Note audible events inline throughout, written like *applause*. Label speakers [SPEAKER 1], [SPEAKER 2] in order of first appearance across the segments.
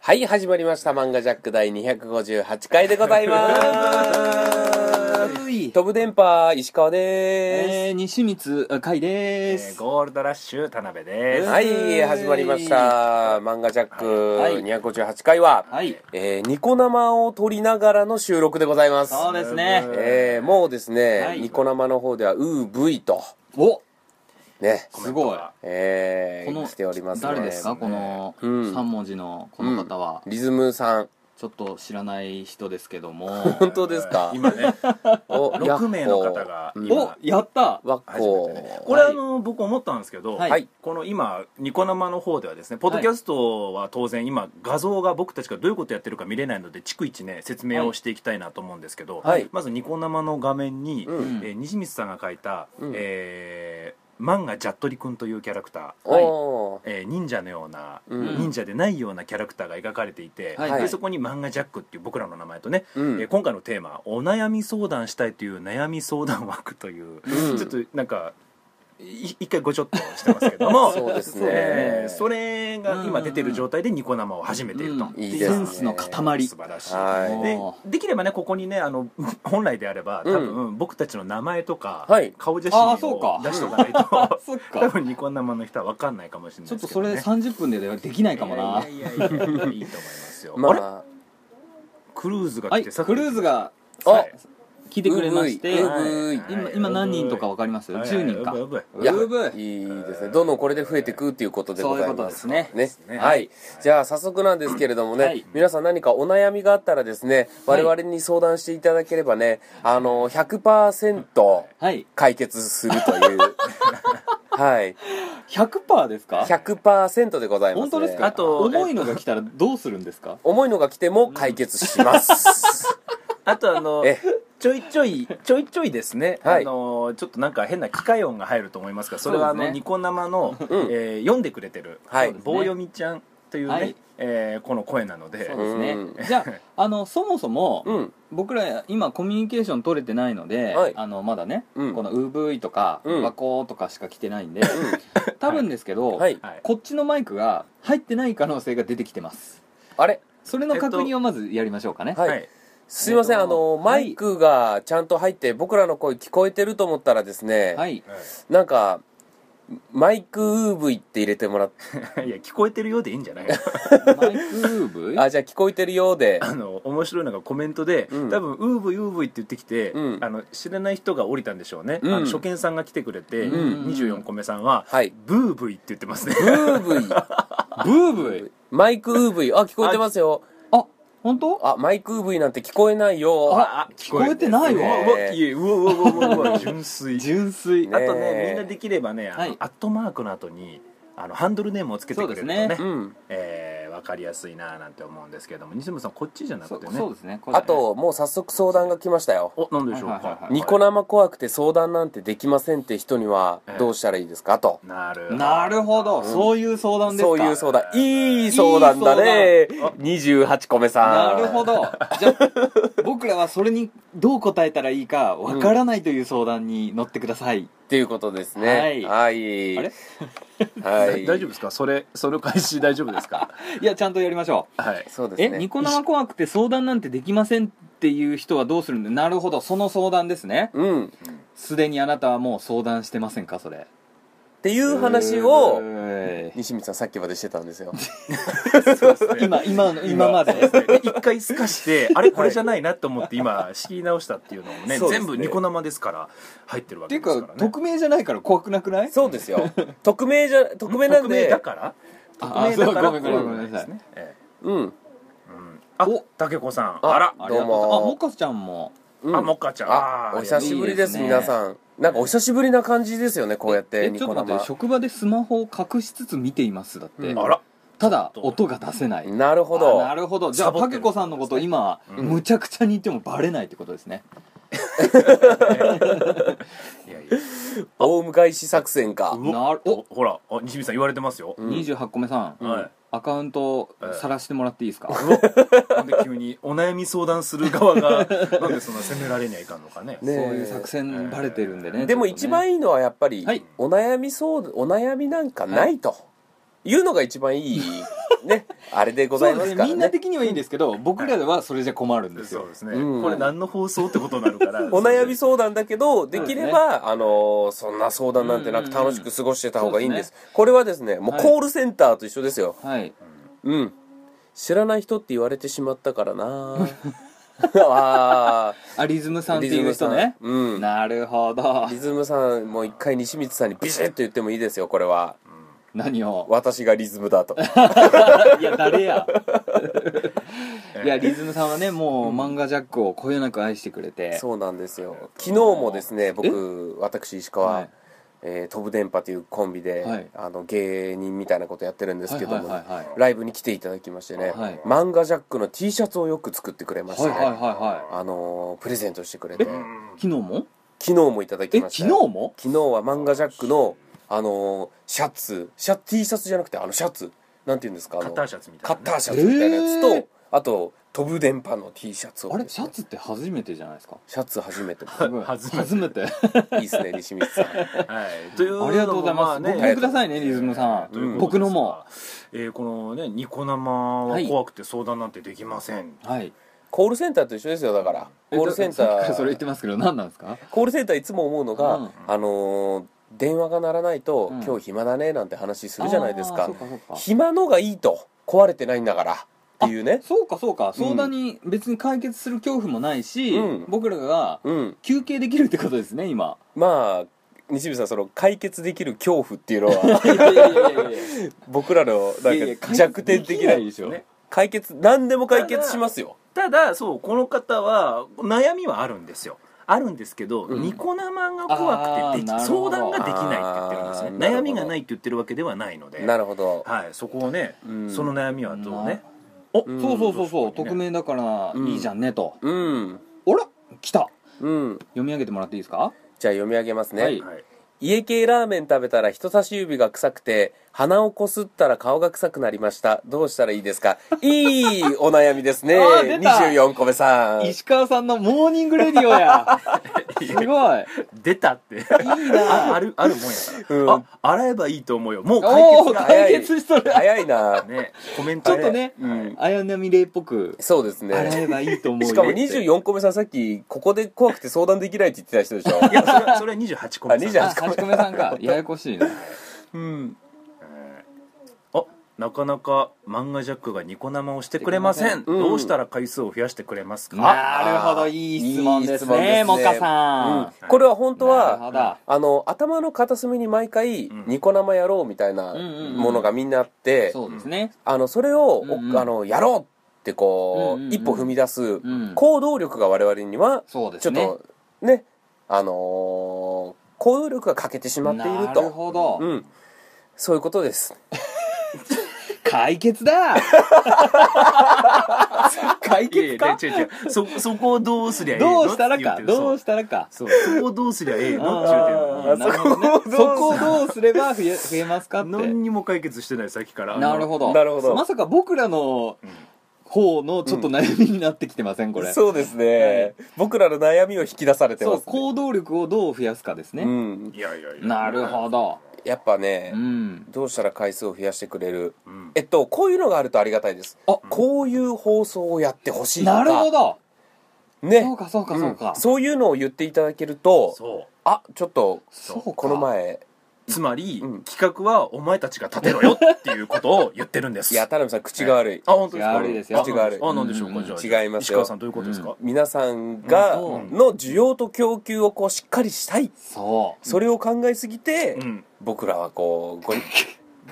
[SPEAKER 1] はい、始まりました。漫画ジャック第258回でござい
[SPEAKER 2] *laughs*
[SPEAKER 1] ます。飛ぶ電波、石川で。
[SPEAKER 2] えー、西光海で
[SPEAKER 3] えー
[SPEAKER 2] す、
[SPEAKER 3] ゴールドラッシュ田辺ですす、
[SPEAKER 1] はい
[SPEAKER 2] え、ー
[SPEAKER 1] 始まりました。漫画ジャッ
[SPEAKER 2] はい
[SPEAKER 1] ク258回は、
[SPEAKER 2] はい
[SPEAKER 1] えーニコ生を撮りながらの収録でございます。
[SPEAKER 2] そうですね
[SPEAKER 1] えーもうですね、
[SPEAKER 2] はい
[SPEAKER 1] ニコ生の方では、ウーブイと、
[SPEAKER 2] お
[SPEAKER 1] ね、
[SPEAKER 2] すごい
[SPEAKER 1] え
[SPEAKER 2] こ
[SPEAKER 1] ー、
[SPEAKER 2] の
[SPEAKER 1] 来ておりますね。
[SPEAKER 2] 誰ですかこの
[SPEAKER 1] うん
[SPEAKER 2] 3文字のこの方は、
[SPEAKER 1] リズムさん。
[SPEAKER 2] ちょっと知らない人ですけども
[SPEAKER 1] *laughs* 本当ですか
[SPEAKER 3] 今ね
[SPEAKER 1] お
[SPEAKER 3] 6名の方が
[SPEAKER 1] ヤッホー
[SPEAKER 2] おやった
[SPEAKER 1] わっ
[SPEAKER 3] 初めてね
[SPEAKER 1] こ
[SPEAKER 3] これ
[SPEAKER 2] はい
[SPEAKER 3] あの僕思ったんですけど、
[SPEAKER 2] はい
[SPEAKER 1] はい
[SPEAKER 3] この今ニコ生の方ではですねポッドキャストは当然今画像が僕たちがどういうことやってるか見れないので逐一ね説明をしていきたいなと思うんですけど、
[SPEAKER 1] はい
[SPEAKER 3] まずニコ生の画面に、
[SPEAKER 1] うん
[SPEAKER 3] えー西光さんが描いた、
[SPEAKER 1] うん
[SPEAKER 3] えー漫画ジャットリくんというキャラクター、
[SPEAKER 2] はい
[SPEAKER 1] おー
[SPEAKER 3] えー忍者のような、
[SPEAKER 1] うん
[SPEAKER 3] 忍者でないようなキャラクターが描かれていて、
[SPEAKER 2] はいはい
[SPEAKER 3] でそこに「漫画ジャック」っていう僕らの名前とね、
[SPEAKER 1] うん
[SPEAKER 3] えー今回のテーマ「お悩み相談したい」という悩み相談枠という、
[SPEAKER 1] うん
[SPEAKER 3] ちょっとなんかい一回ごちょっとしてますけど
[SPEAKER 1] *laughs*
[SPEAKER 3] も
[SPEAKER 1] そうですね
[SPEAKER 3] えーそれが今出てる状態でニコ生を始めていると、
[SPEAKER 2] うん
[SPEAKER 1] いいですね
[SPEAKER 2] センスの塊
[SPEAKER 3] 素晴らしい、
[SPEAKER 1] はい
[SPEAKER 3] で
[SPEAKER 2] おー
[SPEAKER 3] できればねここにねあの本来であれば多分、僕たちの名前とか、
[SPEAKER 1] はい
[SPEAKER 3] 顔写
[SPEAKER 2] あー
[SPEAKER 3] 真
[SPEAKER 2] そう
[SPEAKER 3] を
[SPEAKER 2] か
[SPEAKER 3] 出しておかない
[SPEAKER 2] あ
[SPEAKER 3] と
[SPEAKER 2] そっ
[SPEAKER 3] 多
[SPEAKER 2] か
[SPEAKER 3] 分ニコ生の人は分かんないかもしれない
[SPEAKER 2] ちょ
[SPEAKER 3] で
[SPEAKER 2] っと
[SPEAKER 3] すけ
[SPEAKER 2] そ
[SPEAKER 3] ど、ね、
[SPEAKER 2] れ30分でできないかもな、
[SPEAKER 3] いやいやいやいやいいと思いますよ、
[SPEAKER 1] ま
[SPEAKER 3] あれ
[SPEAKER 1] あ
[SPEAKER 3] クルーズが
[SPEAKER 2] は
[SPEAKER 3] 来
[SPEAKER 2] い
[SPEAKER 3] て
[SPEAKER 2] クルーズが
[SPEAKER 1] あ
[SPEAKER 3] はい
[SPEAKER 2] 来てくれまして、
[SPEAKER 1] う
[SPEAKER 3] は
[SPEAKER 1] ぶい
[SPEAKER 3] い
[SPEAKER 2] 今今何人とかわかります、
[SPEAKER 3] はい
[SPEAKER 2] 10人か、
[SPEAKER 3] はいはいはい
[SPEAKER 1] いや
[SPEAKER 2] うぶ
[SPEAKER 1] いいですねどんどんこれで増えていくっていうことでございます
[SPEAKER 2] そういうこ
[SPEAKER 1] ね
[SPEAKER 2] とです
[SPEAKER 3] ね
[SPEAKER 1] はい、じゃあ早速なんですけれどもね、
[SPEAKER 2] はい
[SPEAKER 1] 皆さん何かお悩みがあったらですね
[SPEAKER 2] はい
[SPEAKER 1] 我々に相談していただければねあの100%
[SPEAKER 2] はい
[SPEAKER 1] 解決すると
[SPEAKER 3] *laughs*
[SPEAKER 1] いうはい
[SPEAKER 2] 100%ですか
[SPEAKER 1] 100%でございます、ね、
[SPEAKER 2] 本当ですか
[SPEAKER 3] あと
[SPEAKER 2] 重いのが来たらどうするんですか
[SPEAKER 1] 重いのが来ても解決します、
[SPEAKER 3] *laughs* あとあの
[SPEAKER 1] え
[SPEAKER 3] ちょいちょいちょいちょいですね、
[SPEAKER 1] はい
[SPEAKER 3] あのちょっとなんか変な機械音が入ると思いますがそれはあ
[SPEAKER 2] そう
[SPEAKER 3] の、
[SPEAKER 2] ですね
[SPEAKER 3] ニコ生の、
[SPEAKER 1] うん
[SPEAKER 3] えー読んでくれてる、
[SPEAKER 1] はい
[SPEAKER 3] そうですね棒読みちゃんというね、
[SPEAKER 2] はい
[SPEAKER 3] えーこの声なので
[SPEAKER 2] そう
[SPEAKER 1] で
[SPEAKER 2] ですね、
[SPEAKER 1] う
[SPEAKER 2] じゃああのそもそも、
[SPEAKER 1] うん
[SPEAKER 2] 僕ら今コミュニケーション取れてないので、
[SPEAKER 1] はい
[SPEAKER 2] あのまだね、
[SPEAKER 1] うん
[SPEAKER 2] この「ウーブイ」とか「
[SPEAKER 1] うん
[SPEAKER 2] バコー」とかしか来てないんで、多分ですけど、
[SPEAKER 1] *laughs* はい
[SPEAKER 3] はい
[SPEAKER 2] こっちのマイクが入ってない可能性が出てきてます
[SPEAKER 1] あれ
[SPEAKER 2] それの確認をまずやりましょうかね、
[SPEAKER 1] はいすいません、
[SPEAKER 2] え
[SPEAKER 1] あ
[SPEAKER 2] っと
[SPEAKER 1] の、マイクがちゃんと入って、僕らの声聞こえてると思ったらですね、
[SPEAKER 2] はい
[SPEAKER 1] なんか、マイクウーブイって入れてもらっ
[SPEAKER 3] はい *laughs* いや聞こえてるようでいいんじゃない
[SPEAKER 2] マイクウーブイ
[SPEAKER 1] あ、じゃあ聞こえてるようで、
[SPEAKER 3] あの面白いのがコメントで、
[SPEAKER 1] うん
[SPEAKER 3] 多分ウーブイウーブイって言ってきて、
[SPEAKER 1] うん
[SPEAKER 3] あの知らない人が降りたんでしょうね、
[SPEAKER 1] うん
[SPEAKER 3] あの初見さんが来てくれて、
[SPEAKER 2] うん
[SPEAKER 3] 24個目さんは、
[SPEAKER 1] はい
[SPEAKER 3] ブーブイって言ってますね
[SPEAKER 1] ブー
[SPEAKER 3] *laughs*
[SPEAKER 1] ブイ、
[SPEAKER 2] ブーブイ
[SPEAKER 1] マイクウーブイ、あ、聞こえてますよ。
[SPEAKER 2] あ本当
[SPEAKER 1] あ、マイクウーブイなんて聞こえないよ。
[SPEAKER 2] あ聞こえてないわ
[SPEAKER 3] うわうわいえうわうわうわうわう
[SPEAKER 2] *laughs*
[SPEAKER 3] わ純粋
[SPEAKER 2] 純粋、
[SPEAKER 1] ね
[SPEAKER 3] あとねみんなできればねあの
[SPEAKER 2] はい
[SPEAKER 3] アットマークの後にあのハンドルネームをつけてくれるとね
[SPEAKER 2] そうです
[SPEAKER 1] う
[SPEAKER 2] ね
[SPEAKER 1] ん。
[SPEAKER 3] えーわかりやすいななんて思うんですけども西村さんこっちじゃな
[SPEAKER 2] そ
[SPEAKER 3] くて
[SPEAKER 2] う
[SPEAKER 3] ね
[SPEAKER 2] そうですねこれ
[SPEAKER 1] あと、もう早速相談が来ましたよ。
[SPEAKER 3] おなんでしょう
[SPEAKER 2] はいはいはい
[SPEAKER 3] か
[SPEAKER 2] はい
[SPEAKER 1] ニコ生怖くて相談なんてできませんって人には
[SPEAKER 3] ええ
[SPEAKER 1] どうしたらいいですかと。
[SPEAKER 3] なる
[SPEAKER 2] なるほど、そういう相談ですか
[SPEAKER 1] そういう相談。いい相談だね。28個目さ。
[SPEAKER 2] なんるほどじゃあ僕らはそれにどう答えたらいいかわからないという相談に乗ってください、
[SPEAKER 1] っていうことですね。は。
[SPEAKER 2] はいあれ
[SPEAKER 1] は
[SPEAKER 3] 大
[SPEAKER 1] い。
[SPEAKER 3] 丈夫ですかそれそれ開始大丈夫です *laughs* か
[SPEAKER 2] いやちゃんとやりましょう
[SPEAKER 3] はい
[SPEAKER 1] そうです
[SPEAKER 2] え
[SPEAKER 1] ね。
[SPEAKER 2] ニコ生怖くて相談なんてできませんっていう人はどうするんでなるほどその相談ですね
[SPEAKER 1] うん。っ
[SPEAKER 2] すでにあなたはもう相談してませんかそれ
[SPEAKER 1] ていう話を、
[SPEAKER 2] えー
[SPEAKER 1] 西光さんさっきまでしてたん
[SPEAKER 2] *laughs*
[SPEAKER 1] ですよ。
[SPEAKER 2] 今今の今まで
[SPEAKER 3] 一回すかしてあれこれじゃないなと思って今仕切り直したっていうのもね
[SPEAKER 1] そうですね
[SPEAKER 3] 全部ニコ生ですから入ってるわ
[SPEAKER 2] って
[SPEAKER 3] け
[SPEAKER 2] いう
[SPEAKER 3] です
[SPEAKER 2] か
[SPEAKER 3] からね
[SPEAKER 2] 匿名じゃないから怖くなくない
[SPEAKER 1] そうですよ。匿名じゃ、匿名なん
[SPEAKER 3] 匿名だ
[SPEAKER 1] で、
[SPEAKER 3] から匿
[SPEAKER 2] ああ
[SPEAKER 3] 名だから
[SPEAKER 2] そうごめんごめんごめんなさ
[SPEAKER 3] です
[SPEAKER 2] い
[SPEAKER 3] ねえ
[SPEAKER 1] うん。
[SPEAKER 3] えうんあ
[SPEAKER 2] お
[SPEAKER 3] 竹子さん
[SPEAKER 1] あ
[SPEAKER 3] あら
[SPEAKER 2] あり
[SPEAKER 1] ど
[SPEAKER 2] がと
[SPEAKER 1] うも
[SPEAKER 2] あもかちゃんも
[SPEAKER 1] うん
[SPEAKER 3] あもっかちゃん
[SPEAKER 1] あ
[SPEAKER 3] あー
[SPEAKER 1] お久しぶりです、
[SPEAKER 2] いいですね
[SPEAKER 1] 皆さん。なんかお久しぶりな感じですよね、こうやって、
[SPEAKER 2] え
[SPEAKER 1] ニ
[SPEAKER 2] ちょっ
[SPEAKER 1] コ
[SPEAKER 2] と待って
[SPEAKER 1] 生。
[SPEAKER 2] 職場でスマホを隠しつつ見ていますだって、
[SPEAKER 1] うん
[SPEAKER 3] あら
[SPEAKER 2] ただ音が出せない
[SPEAKER 1] なるほど
[SPEAKER 2] あ。なるほどじゃあ
[SPEAKER 3] サボって
[SPEAKER 2] パ
[SPEAKER 3] る
[SPEAKER 2] ケコさんのこと今、
[SPEAKER 3] うん
[SPEAKER 2] むちゃくちゃに言ってもバレないってことですね
[SPEAKER 3] いやいや
[SPEAKER 1] 大向かいし作戦か。
[SPEAKER 3] うお
[SPEAKER 2] なるお
[SPEAKER 3] おほらあ西見さん言われてますよ
[SPEAKER 1] うん
[SPEAKER 2] 28個目さん、
[SPEAKER 3] はい
[SPEAKER 2] アカウント
[SPEAKER 3] ええ
[SPEAKER 2] 晒してもらっていいですか、
[SPEAKER 3] なんで急にお悩み相談する側がなんでそんな責められにはいかんのかね
[SPEAKER 1] ね
[SPEAKER 2] そういう作戦バレてるんでね、
[SPEAKER 1] でも
[SPEAKER 2] ちょっと
[SPEAKER 1] 一
[SPEAKER 2] ね
[SPEAKER 1] 番いいのはやっぱり
[SPEAKER 2] はい、
[SPEAKER 1] お悩みそう、お悩みなんかないと。いうのが一番いい
[SPEAKER 2] *laughs*
[SPEAKER 1] ね、あれでございます
[SPEAKER 2] そう
[SPEAKER 1] から
[SPEAKER 2] ですねみんな
[SPEAKER 1] ね。
[SPEAKER 2] 的にはいいんですけど、僕らはそれじゃ困るんです
[SPEAKER 3] そ
[SPEAKER 2] よ
[SPEAKER 3] うですね、
[SPEAKER 1] うん
[SPEAKER 3] これ何の放送ってことになるから
[SPEAKER 1] お悩み相談だけど、で
[SPEAKER 2] うです
[SPEAKER 1] き
[SPEAKER 2] ね
[SPEAKER 1] れば、あのー、そんな相談なんてな
[SPEAKER 2] う
[SPEAKER 1] く
[SPEAKER 2] んうんうん
[SPEAKER 1] 楽しく過ごしてた方がいいんです。
[SPEAKER 2] そ
[SPEAKER 1] これはですね、もう
[SPEAKER 2] はい
[SPEAKER 1] コールセンターと一緒ですよ。
[SPEAKER 2] はい
[SPEAKER 1] うん。知らない人って言われてしまったから
[SPEAKER 2] *laughs*
[SPEAKER 1] なあ
[SPEAKER 2] あリズムさ
[SPEAKER 1] ー
[SPEAKER 2] んっていう人ね、
[SPEAKER 1] うん。
[SPEAKER 2] なるほど *laughs*
[SPEAKER 1] リズムさん、もう一回西光さんにビシッと言ってもいいですよ、これは。
[SPEAKER 2] 何を
[SPEAKER 1] 私がリズムだと。
[SPEAKER 2] いや誰や *laughs* いやリズムさんはねもう漫画ジャックをこよなく愛してくれて
[SPEAKER 1] そうなんですよ。昨日もですね、僕、私、石川、
[SPEAKER 2] はい
[SPEAKER 1] えー飛ぶ電波というコンビで、
[SPEAKER 2] はい
[SPEAKER 1] あの芸人みたいなことやってるんですけども、
[SPEAKER 2] はいはいはいはい
[SPEAKER 1] ライブに来ていただきましてね、
[SPEAKER 2] はい
[SPEAKER 1] マンガジャックの T シャツをよく作ってくれまして、
[SPEAKER 2] はいはいはいは
[SPEAKER 1] あのープレゼントしてくれて、
[SPEAKER 2] い昨日も
[SPEAKER 1] 昨日もいただき
[SPEAKER 2] え
[SPEAKER 1] ま
[SPEAKER 2] 昨
[SPEAKER 1] した
[SPEAKER 2] 日
[SPEAKER 1] よ
[SPEAKER 2] も
[SPEAKER 1] 昨日はマンガジャックの、あのーシャツシャ T シャツじゃなくてあのシャツなんて言うんですかあの
[SPEAKER 3] カッターシャツみた
[SPEAKER 1] カ
[SPEAKER 3] い
[SPEAKER 1] ッ
[SPEAKER 3] なね、
[SPEAKER 1] ターシャツみたいなやつと、
[SPEAKER 2] えー
[SPEAKER 1] あと飛ぶ電波の T シャツを
[SPEAKER 2] あれシャツって初めてじゃないですか
[SPEAKER 1] シャツ初めても
[SPEAKER 2] すごい
[SPEAKER 3] 初めて
[SPEAKER 2] 初めてあ
[SPEAKER 1] いいですね西光さん
[SPEAKER 3] はい、というのも
[SPEAKER 2] りがとうございます
[SPEAKER 3] まあ
[SPEAKER 2] 僕
[SPEAKER 3] ね
[SPEAKER 2] もくださいねリズムさ
[SPEAKER 3] ということですが
[SPEAKER 2] ん僕のも、
[SPEAKER 3] えーこのねニコ生は怖くて相談なんてできません、
[SPEAKER 2] はい
[SPEAKER 1] コールセンターと一緒ですよだからコールセンタ
[SPEAKER 2] えだからさっきからそれ言っ
[SPEAKER 1] ー
[SPEAKER 2] てますけど何なんですか
[SPEAKER 1] コールセンターいつも思うのが、
[SPEAKER 2] うん
[SPEAKER 1] あのー電話が鳴らないと、
[SPEAKER 2] うん
[SPEAKER 1] 今日暇だねなんて話するじゃないです
[SPEAKER 2] あー
[SPEAKER 1] か
[SPEAKER 2] そうかそうか
[SPEAKER 1] 暇のがいいと壊れてないんだからっていうね
[SPEAKER 2] そうかそうか相談に別に解決する恐怖もないし、
[SPEAKER 1] うん
[SPEAKER 2] 僕らが
[SPEAKER 1] うん
[SPEAKER 2] 休憩できるってことですね今
[SPEAKER 1] まあ西口さんその解決できる恐怖っていうの
[SPEAKER 2] *laughs*
[SPEAKER 1] はい
[SPEAKER 2] やいやいやいやい
[SPEAKER 1] 僕らの
[SPEAKER 2] や
[SPEAKER 1] なんか弱点的な
[SPEAKER 2] 解決できいでしょ
[SPEAKER 3] ね
[SPEAKER 1] 解決何でも解決しますよ
[SPEAKER 3] ただそうこの方は悩みはあるんですよあるんですけど、
[SPEAKER 1] うん
[SPEAKER 3] ニコ生が怖くてでき
[SPEAKER 2] あーなる
[SPEAKER 3] 相
[SPEAKER 2] ほど
[SPEAKER 3] 談ができないって言ってるんです
[SPEAKER 1] あー
[SPEAKER 3] ね
[SPEAKER 1] なるほど
[SPEAKER 3] 悩みがないって言ってるわけではないので
[SPEAKER 1] なるほど
[SPEAKER 3] はい、そこをね、
[SPEAKER 1] うん
[SPEAKER 3] その悩みはどうね、
[SPEAKER 1] うん
[SPEAKER 2] そうそうそうそう、
[SPEAKER 3] 確かにね
[SPEAKER 2] 匿名だから
[SPEAKER 1] うん
[SPEAKER 2] いいじゃんねと、
[SPEAKER 1] うん
[SPEAKER 2] あら来た
[SPEAKER 1] うん
[SPEAKER 2] 読み上げてもらっていいですか
[SPEAKER 1] じゃあ読み上げますね、
[SPEAKER 2] はい
[SPEAKER 3] はい
[SPEAKER 1] 家系ラーメン食べたら人差し指が臭くて鼻をこすったら顔が臭くなりましたどうしたらいいですかいいお悩みですね
[SPEAKER 2] あー出た
[SPEAKER 1] 24個目さん
[SPEAKER 2] 石川さんのモーニングレディオやすごいいい
[SPEAKER 3] 出たってああ
[SPEAKER 2] な
[SPEAKER 3] るあるもんやから、
[SPEAKER 1] うん
[SPEAKER 3] あ洗えばいいと思うよもう解
[SPEAKER 2] お
[SPEAKER 3] 決
[SPEAKER 2] お
[SPEAKER 3] が
[SPEAKER 2] 解決しとる
[SPEAKER 1] 早いな、
[SPEAKER 3] ねコメン
[SPEAKER 2] ち
[SPEAKER 3] ト
[SPEAKER 2] ょっ
[SPEAKER 3] で
[SPEAKER 2] とね
[SPEAKER 1] うん、
[SPEAKER 2] 綾波レイっぽく
[SPEAKER 1] そうです
[SPEAKER 2] 洗
[SPEAKER 1] ね
[SPEAKER 2] えばいいと思うよ
[SPEAKER 1] しかも
[SPEAKER 2] って
[SPEAKER 1] 24個目さんさっきここで怖くて相談できないって言ってた人でしょ
[SPEAKER 3] いやそれはそれは28個目
[SPEAKER 1] あ28
[SPEAKER 2] あ八個目さんかややこしいな
[SPEAKER 1] うん
[SPEAKER 3] あなかなか漫画ジャックがニコ生をしてくれません、
[SPEAKER 1] れませんうん
[SPEAKER 3] どうしたら回数を増やしてくれますか、
[SPEAKER 2] なるほどいい質問ですねもかさん
[SPEAKER 1] うんこれは本当
[SPEAKER 2] なるほ
[SPEAKER 1] は
[SPEAKER 2] ど
[SPEAKER 1] あの頭の片隅に毎回
[SPEAKER 3] ん
[SPEAKER 1] ニコ生やろうみたいな
[SPEAKER 2] うんうんうん
[SPEAKER 1] ものがみんなあって、
[SPEAKER 2] そうですね
[SPEAKER 1] あのそれを、
[SPEAKER 2] うんうん
[SPEAKER 1] おあのやろうってこう,、
[SPEAKER 2] うんうんうん
[SPEAKER 1] 一歩踏み出す
[SPEAKER 2] ん
[SPEAKER 1] 行動力が我々には
[SPEAKER 2] そうで
[SPEAKER 1] ちょ
[SPEAKER 2] す
[SPEAKER 1] っ
[SPEAKER 2] ね
[SPEAKER 1] とねあのー行動力が欠けてしまっている
[SPEAKER 2] なる
[SPEAKER 1] と、
[SPEAKER 2] ほど、
[SPEAKER 1] うん、そういうことです
[SPEAKER 2] 解決だ
[SPEAKER 3] い
[SPEAKER 2] 解
[SPEAKER 3] やい
[SPEAKER 2] 決
[SPEAKER 3] や
[SPEAKER 2] か
[SPEAKER 3] 違う違うそ *laughs* そこをどうすりゃええの
[SPEAKER 2] どうしたら
[SPEAKER 3] って言っ
[SPEAKER 2] か
[SPEAKER 3] てる
[SPEAKER 2] どうしたらか
[SPEAKER 3] そうそうそこをどうすりゃええのって言ってるの
[SPEAKER 2] あーなるほどねそこをどうすれば増え *laughs* 増えますかって
[SPEAKER 3] 何にも解決してないさっきから
[SPEAKER 2] なるほど
[SPEAKER 1] なるほど
[SPEAKER 2] まさか僕らの
[SPEAKER 3] うん
[SPEAKER 2] 方のちょっと悩みになってきてませんこれ、
[SPEAKER 1] そうですね、僕らの悩みを引き出されて
[SPEAKER 2] そ
[SPEAKER 1] ま
[SPEAKER 2] う
[SPEAKER 1] す、ね
[SPEAKER 2] 行動力をどう増やすかですね、
[SPEAKER 1] うん、
[SPEAKER 3] いやいやいや
[SPEAKER 2] なるほど
[SPEAKER 1] やっぱね、
[SPEAKER 2] うん
[SPEAKER 1] どうしたら回数を増やしてくれる
[SPEAKER 3] うん
[SPEAKER 1] えっとこういうのがあるとありがたいです
[SPEAKER 2] あ
[SPEAKER 1] こういう放送をやってほしいとか
[SPEAKER 2] なるほど
[SPEAKER 1] ね
[SPEAKER 2] そうかそうかそうか、
[SPEAKER 1] んそういうのを言っていただけると
[SPEAKER 3] そ
[SPEAKER 1] あちょっと
[SPEAKER 2] そうか
[SPEAKER 1] この前
[SPEAKER 3] うつまり、
[SPEAKER 1] うん
[SPEAKER 3] 企画はお前たちが立てろよっていうことを言ってるんです
[SPEAKER 1] いや田辺さん口が悪い、
[SPEAKER 3] あ本当ですか
[SPEAKER 2] いや悪いですよ
[SPEAKER 3] あ
[SPEAKER 1] 口が悪い
[SPEAKER 3] あなんでしょうか、
[SPEAKER 2] うん
[SPEAKER 3] じゃあ
[SPEAKER 1] 違いますよ
[SPEAKER 3] 石川さんどういうことですか、
[SPEAKER 1] 皆さんが
[SPEAKER 2] うん
[SPEAKER 1] の需要と供給をこうしっかりしたい
[SPEAKER 2] そう
[SPEAKER 1] それを考えすぎて、
[SPEAKER 3] うん
[SPEAKER 1] 僕らはこうごに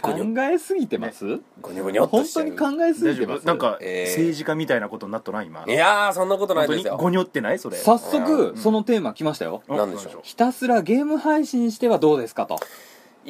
[SPEAKER 2] 考えすぎてます、
[SPEAKER 1] ごにょごにょっと
[SPEAKER 2] 本
[SPEAKER 1] して
[SPEAKER 2] 当
[SPEAKER 1] る
[SPEAKER 2] に考えす
[SPEAKER 3] 大
[SPEAKER 2] ぎ
[SPEAKER 3] 丈
[SPEAKER 2] てま
[SPEAKER 3] 夫
[SPEAKER 2] す
[SPEAKER 3] なんか、
[SPEAKER 1] えー
[SPEAKER 3] 政治家みたいなことになっとない今
[SPEAKER 1] いやーそんなことない
[SPEAKER 3] 本当
[SPEAKER 1] で
[SPEAKER 3] に
[SPEAKER 1] すよ
[SPEAKER 3] ごにょってないそれ
[SPEAKER 2] 早
[SPEAKER 1] う
[SPEAKER 2] 速
[SPEAKER 3] ん
[SPEAKER 2] そのテーマ来ましたよ、
[SPEAKER 1] なんでしょう
[SPEAKER 2] ひたすらゲーム配信してはどうですかと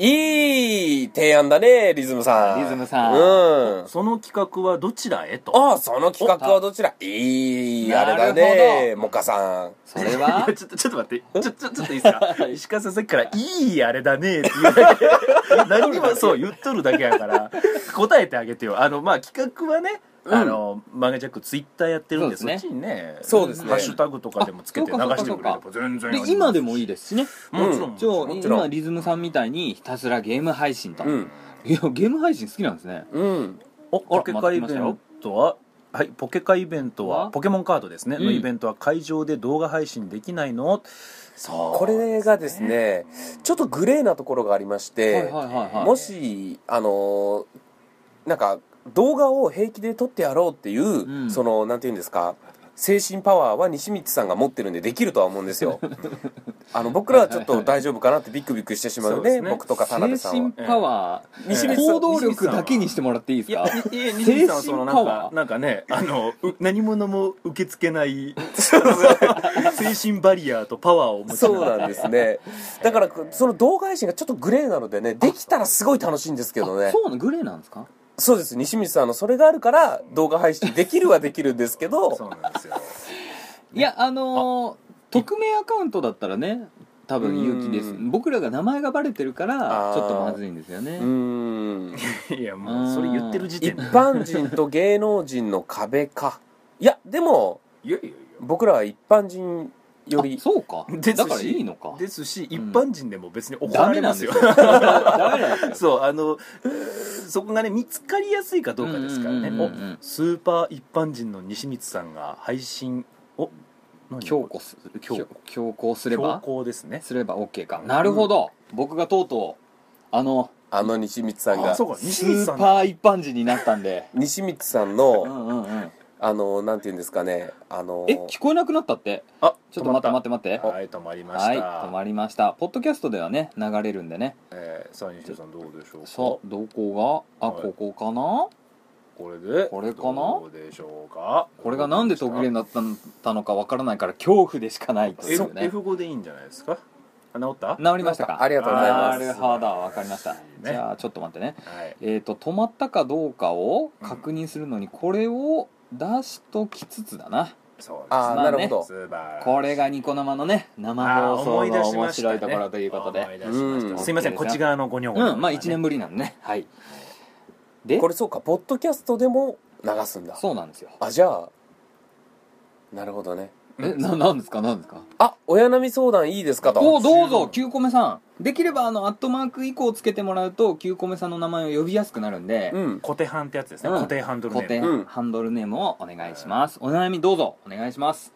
[SPEAKER 1] いい提案だねリズムさん
[SPEAKER 2] リズムさん
[SPEAKER 1] うん
[SPEAKER 3] その企画はどちらへと
[SPEAKER 1] ああその企画はどちらいいあれだ
[SPEAKER 2] なる
[SPEAKER 1] ね
[SPEAKER 2] ほど
[SPEAKER 1] モカさん
[SPEAKER 2] それ
[SPEAKER 3] いや
[SPEAKER 1] *laughs*
[SPEAKER 2] は
[SPEAKER 3] ちょっとちょっと待ってちょちょちょっといい
[SPEAKER 2] *laughs*
[SPEAKER 3] ですか石川さんさっきから「いいあれだね」って言うだけ
[SPEAKER 2] *laughs*
[SPEAKER 3] 何にもそう言っとるだけやから答えてあげてよあのまあ企画はねあのマガジャックツイッターやってるんで
[SPEAKER 2] そ
[SPEAKER 3] そう
[SPEAKER 2] ですね
[SPEAKER 3] っちにね
[SPEAKER 1] そうですね
[SPEAKER 3] ハッシュタグとかでもつけて流
[SPEAKER 2] あそうか
[SPEAKER 3] してくれれば
[SPEAKER 2] そう
[SPEAKER 3] 全然あり
[SPEAKER 2] で
[SPEAKER 3] ます
[SPEAKER 2] 今でもいいですしね
[SPEAKER 3] もちろん
[SPEAKER 2] じゃあ
[SPEAKER 1] もちろん
[SPEAKER 2] 今リズムさんみたいにひたすらゲーム配信と、
[SPEAKER 1] うん
[SPEAKER 2] いやゲーム配信好きなんですね
[SPEAKER 1] うん
[SPEAKER 3] あおポケカイベ
[SPEAKER 2] 待ってま
[SPEAKER 3] ントははい、ポケカイベントは
[SPEAKER 2] は
[SPEAKER 3] ポケモンカードですね、
[SPEAKER 2] うん
[SPEAKER 3] のイベントは会場で動画配信できないのそう
[SPEAKER 1] これがですねちょっとグレーなところがありまして、
[SPEAKER 2] はいはいはいはい
[SPEAKER 1] もしあのーなんか動画を平気で撮ってやろうっていう、
[SPEAKER 2] ん
[SPEAKER 1] そのなんていうんですか精神パワーは西光さんが持ってるんでできるとは思うんですよあの僕らはちょっと大丈夫かなってビクビクしてしまうので
[SPEAKER 3] そうですね
[SPEAKER 1] 僕とか田辺さんは
[SPEAKER 2] 精神パワー、
[SPEAKER 1] 西光さん
[SPEAKER 2] 行動力だけにしてもらっていいで
[SPEAKER 3] い
[SPEAKER 2] す
[SPEAKER 3] や
[SPEAKER 2] か
[SPEAKER 3] いや西口さんはそのなん
[SPEAKER 2] 精神パ
[SPEAKER 3] か
[SPEAKER 2] ワー
[SPEAKER 3] なんかねあのう *laughs* 何者も受け付けない
[SPEAKER 2] *laughs*
[SPEAKER 3] 精神バリアーとパワーを持ちな
[SPEAKER 1] そ
[SPEAKER 3] が
[SPEAKER 1] う
[SPEAKER 3] ら
[SPEAKER 1] なんですねだからその動画配信がちょっとグレーなのでねできたらすごい楽しいんですけどね
[SPEAKER 2] あそうなのグレーなんですか
[SPEAKER 1] そうです西光さんあのそれがあるから動画配信できるはできるんですけど
[SPEAKER 3] *laughs* そうなんですよ
[SPEAKER 2] いやあのー匿名アカウントだったらね多分勇気です
[SPEAKER 1] うん
[SPEAKER 2] 僕らが名前がバレてるから
[SPEAKER 1] あー
[SPEAKER 2] ちょっとまずいんですよね
[SPEAKER 1] うーん
[SPEAKER 3] いやもうそれ言ってる時
[SPEAKER 1] 一
[SPEAKER 3] 点で
[SPEAKER 1] 般人と芸能人の壁かいやでも
[SPEAKER 3] いやいやい
[SPEAKER 1] 僕らは一般人よ
[SPEAKER 2] あ
[SPEAKER 1] り
[SPEAKER 2] そう *laughs* か
[SPEAKER 3] ですし
[SPEAKER 2] だからいいのか
[SPEAKER 3] やですし一般人でも別に怒
[SPEAKER 2] ダ
[SPEAKER 3] ら
[SPEAKER 2] メ
[SPEAKER 3] れ
[SPEAKER 2] な
[SPEAKER 3] ま
[SPEAKER 2] ん
[SPEAKER 3] す
[SPEAKER 2] です
[SPEAKER 3] よ
[SPEAKER 2] よ *laughs* ダメなんですよ
[SPEAKER 3] *laughs* そうあのえーそこがね見つかりやすいかどうかですからね
[SPEAKER 2] うんうんうんうん
[SPEAKER 3] おスーパー一般人の西光さんが配信を
[SPEAKER 2] 強行す
[SPEAKER 3] 強
[SPEAKER 2] 強強行すれ
[SPEAKER 3] 強
[SPEAKER 2] ば
[SPEAKER 3] 行ですね
[SPEAKER 2] すれば OK かなるほど、僕がとうとうあの
[SPEAKER 1] あの西光さん
[SPEAKER 3] あ
[SPEAKER 1] が
[SPEAKER 3] そうか西
[SPEAKER 2] ス
[SPEAKER 3] 光さ
[SPEAKER 2] ー
[SPEAKER 3] ん
[SPEAKER 2] パー一般人になったんで
[SPEAKER 1] 西光さん
[SPEAKER 2] う
[SPEAKER 1] の
[SPEAKER 2] んうんうん
[SPEAKER 1] あのなんていうんですかねあの
[SPEAKER 2] え聞こえなくなったって
[SPEAKER 3] あ
[SPEAKER 2] ちょっと待って
[SPEAKER 3] 止ま
[SPEAKER 2] 待って待って
[SPEAKER 3] はい止まりました、
[SPEAKER 2] はい止まりましたポッドキャストではね流れるんでね
[SPEAKER 3] えー、さあ西田さんどうでしょうか
[SPEAKER 2] さあどこがあ、
[SPEAKER 3] はい
[SPEAKER 2] ここかな
[SPEAKER 3] これで
[SPEAKER 2] これかな
[SPEAKER 3] どうでしょうか
[SPEAKER 2] これがなんで特例になったんたのかわからないから恐怖でしかないという
[SPEAKER 3] F-
[SPEAKER 2] ね
[SPEAKER 3] F5 でいいんじゃないですかあ治った
[SPEAKER 2] 治りましたか
[SPEAKER 1] ありがとうございます
[SPEAKER 2] なるほどわかりました、じゃあちょっと待ってね
[SPEAKER 3] はい
[SPEAKER 2] えー、と止まったかどうかを確認するのにこれを出しときつつだな、
[SPEAKER 3] そうです
[SPEAKER 1] あー、
[SPEAKER 2] まあね
[SPEAKER 1] なるほど
[SPEAKER 3] 素晴らしい
[SPEAKER 2] これがニコ生のね生
[SPEAKER 3] あー
[SPEAKER 2] 放
[SPEAKER 3] 思
[SPEAKER 2] 送
[SPEAKER 3] い
[SPEAKER 2] の
[SPEAKER 3] 出し
[SPEAKER 2] 面
[SPEAKER 3] ました
[SPEAKER 2] 白
[SPEAKER 3] ね
[SPEAKER 2] いところということで
[SPEAKER 3] 思い出しました
[SPEAKER 1] うん
[SPEAKER 3] すいませんこっち側のごにょごにょ
[SPEAKER 2] うんまあ1年
[SPEAKER 3] ぶ
[SPEAKER 2] ぶりなんでねはいで
[SPEAKER 1] これそうかポッドキャストでも流すんだ
[SPEAKER 2] そうなんですよ
[SPEAKER 1] あじゃあなるほどね
[SPEAKER 2] えななんですかなんですか
[SPEAKER 1] あ親並み相談いいですかと
[SPEAKER 2] おどうぞ9個目さんできればあのアットマーク以降つけてもらうと9個目さんの名前を呼びやすくなるんで、
[SPEAKER 1] うん
[SPEAKER 3] 固定版ってやつですね、
[SPEAKER 2] うん
[SPEAKER 3] 固定ハンドルネ
[SPEAKER 2] 固
[SPEAKER 3] ー
[SPEAKER 2] 定
[SPEAKER 1] ムうん
[SPEAKER 2] ハンドルネームをお願いします、お悩みどうぞお願いします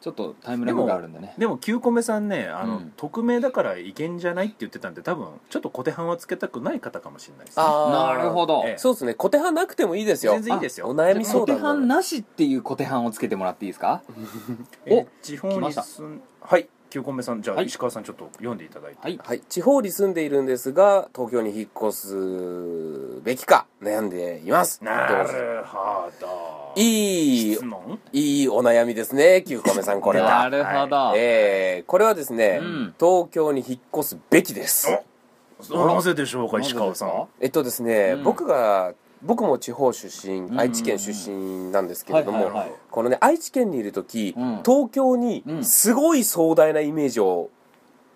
[SPEAKER 2] ちょっとタイムラグがあるんでね
[SPEAKER 3] でも9個目さんねあの、
[SPEAKER 2] うん
[SPEAKER 3] 匿名だからいけんじゃないって言ってたんで多分ちょっと固定版はつけたくない方かもしれないですね
[SPEAKER 1] あ
[SPEAKER 2] な
[SPEAKER 1] ー
[SPEAKER 2] るほど、
[SPEAKER 3] ええ
[SPEAKER 1] そうですね小手派なくてもいいですよ
[SPEAKER 3] 全然いいですよ
[SPEAKER 1] あお悩み
[SPEAKER 2] 小
[SPEAKER 1] 相
[SPEAKER 2] 手
[SPEAKER 1] 談
[SPEAKER 2] 半なしっていう小手半をつけてもらっていいですか
[SPEAKER 3] え
[SPEAKER 2] お
[SPEAKER 3] 地方
[SPEAKER 2] 来ま
[SPEAKER 3] に
[SPEAKER 2] した
[SPEAKER 3] 住んはい9個目さんじゃあ、
[SPEAKER 2] はい
[SPEAKER 3] 石川さんちょっと読んでいただいて、
[SPEAKER 2] はい
[SPEAKER 1] はい、地方に住んでいるんですが東京に引っ越すべきか悩んでいます
[SPEAKER 3] な
[SPEAKER 1] どうぞ
[SPEAKER 3] るほど
[SPEAKER 1] いい
[SPEAKER 3] 質問
[SPEAKER 1] いいお悩みですね9個目さんこれ
[SPEAKER 2] な
[SPEAKER 1] は、
[SPEAKER 2] るほど、
[SPEAKER 1] えー、これはですね、
[SPEAKER 2] うん
[SPEAKER 1] 東京に引っ越すべきです
[SPEAKER 3] なぜでしょうか
[SPEAKER 2] なぜ
[SPEAKER 3] 石川さん
[SPEAKER 2] で
[SPEAKER 1] えっとですね、
[SPEAKER 2] うん
[SPEAKER 1] 僕が僕も地方出身、
[SPEAKER 2] ん
[SPEAKER 1] 愛知県出身なんですけれども、
[SPEAKER 2] はいはいはい
[SPEAKER 1] このね愛知県にいる時、
[SPEAKER 2] うん
[SPEAKER 1] 東京に
[SPEAKER 2] うん
[SPEAKER 1] すごい壮大なイメージを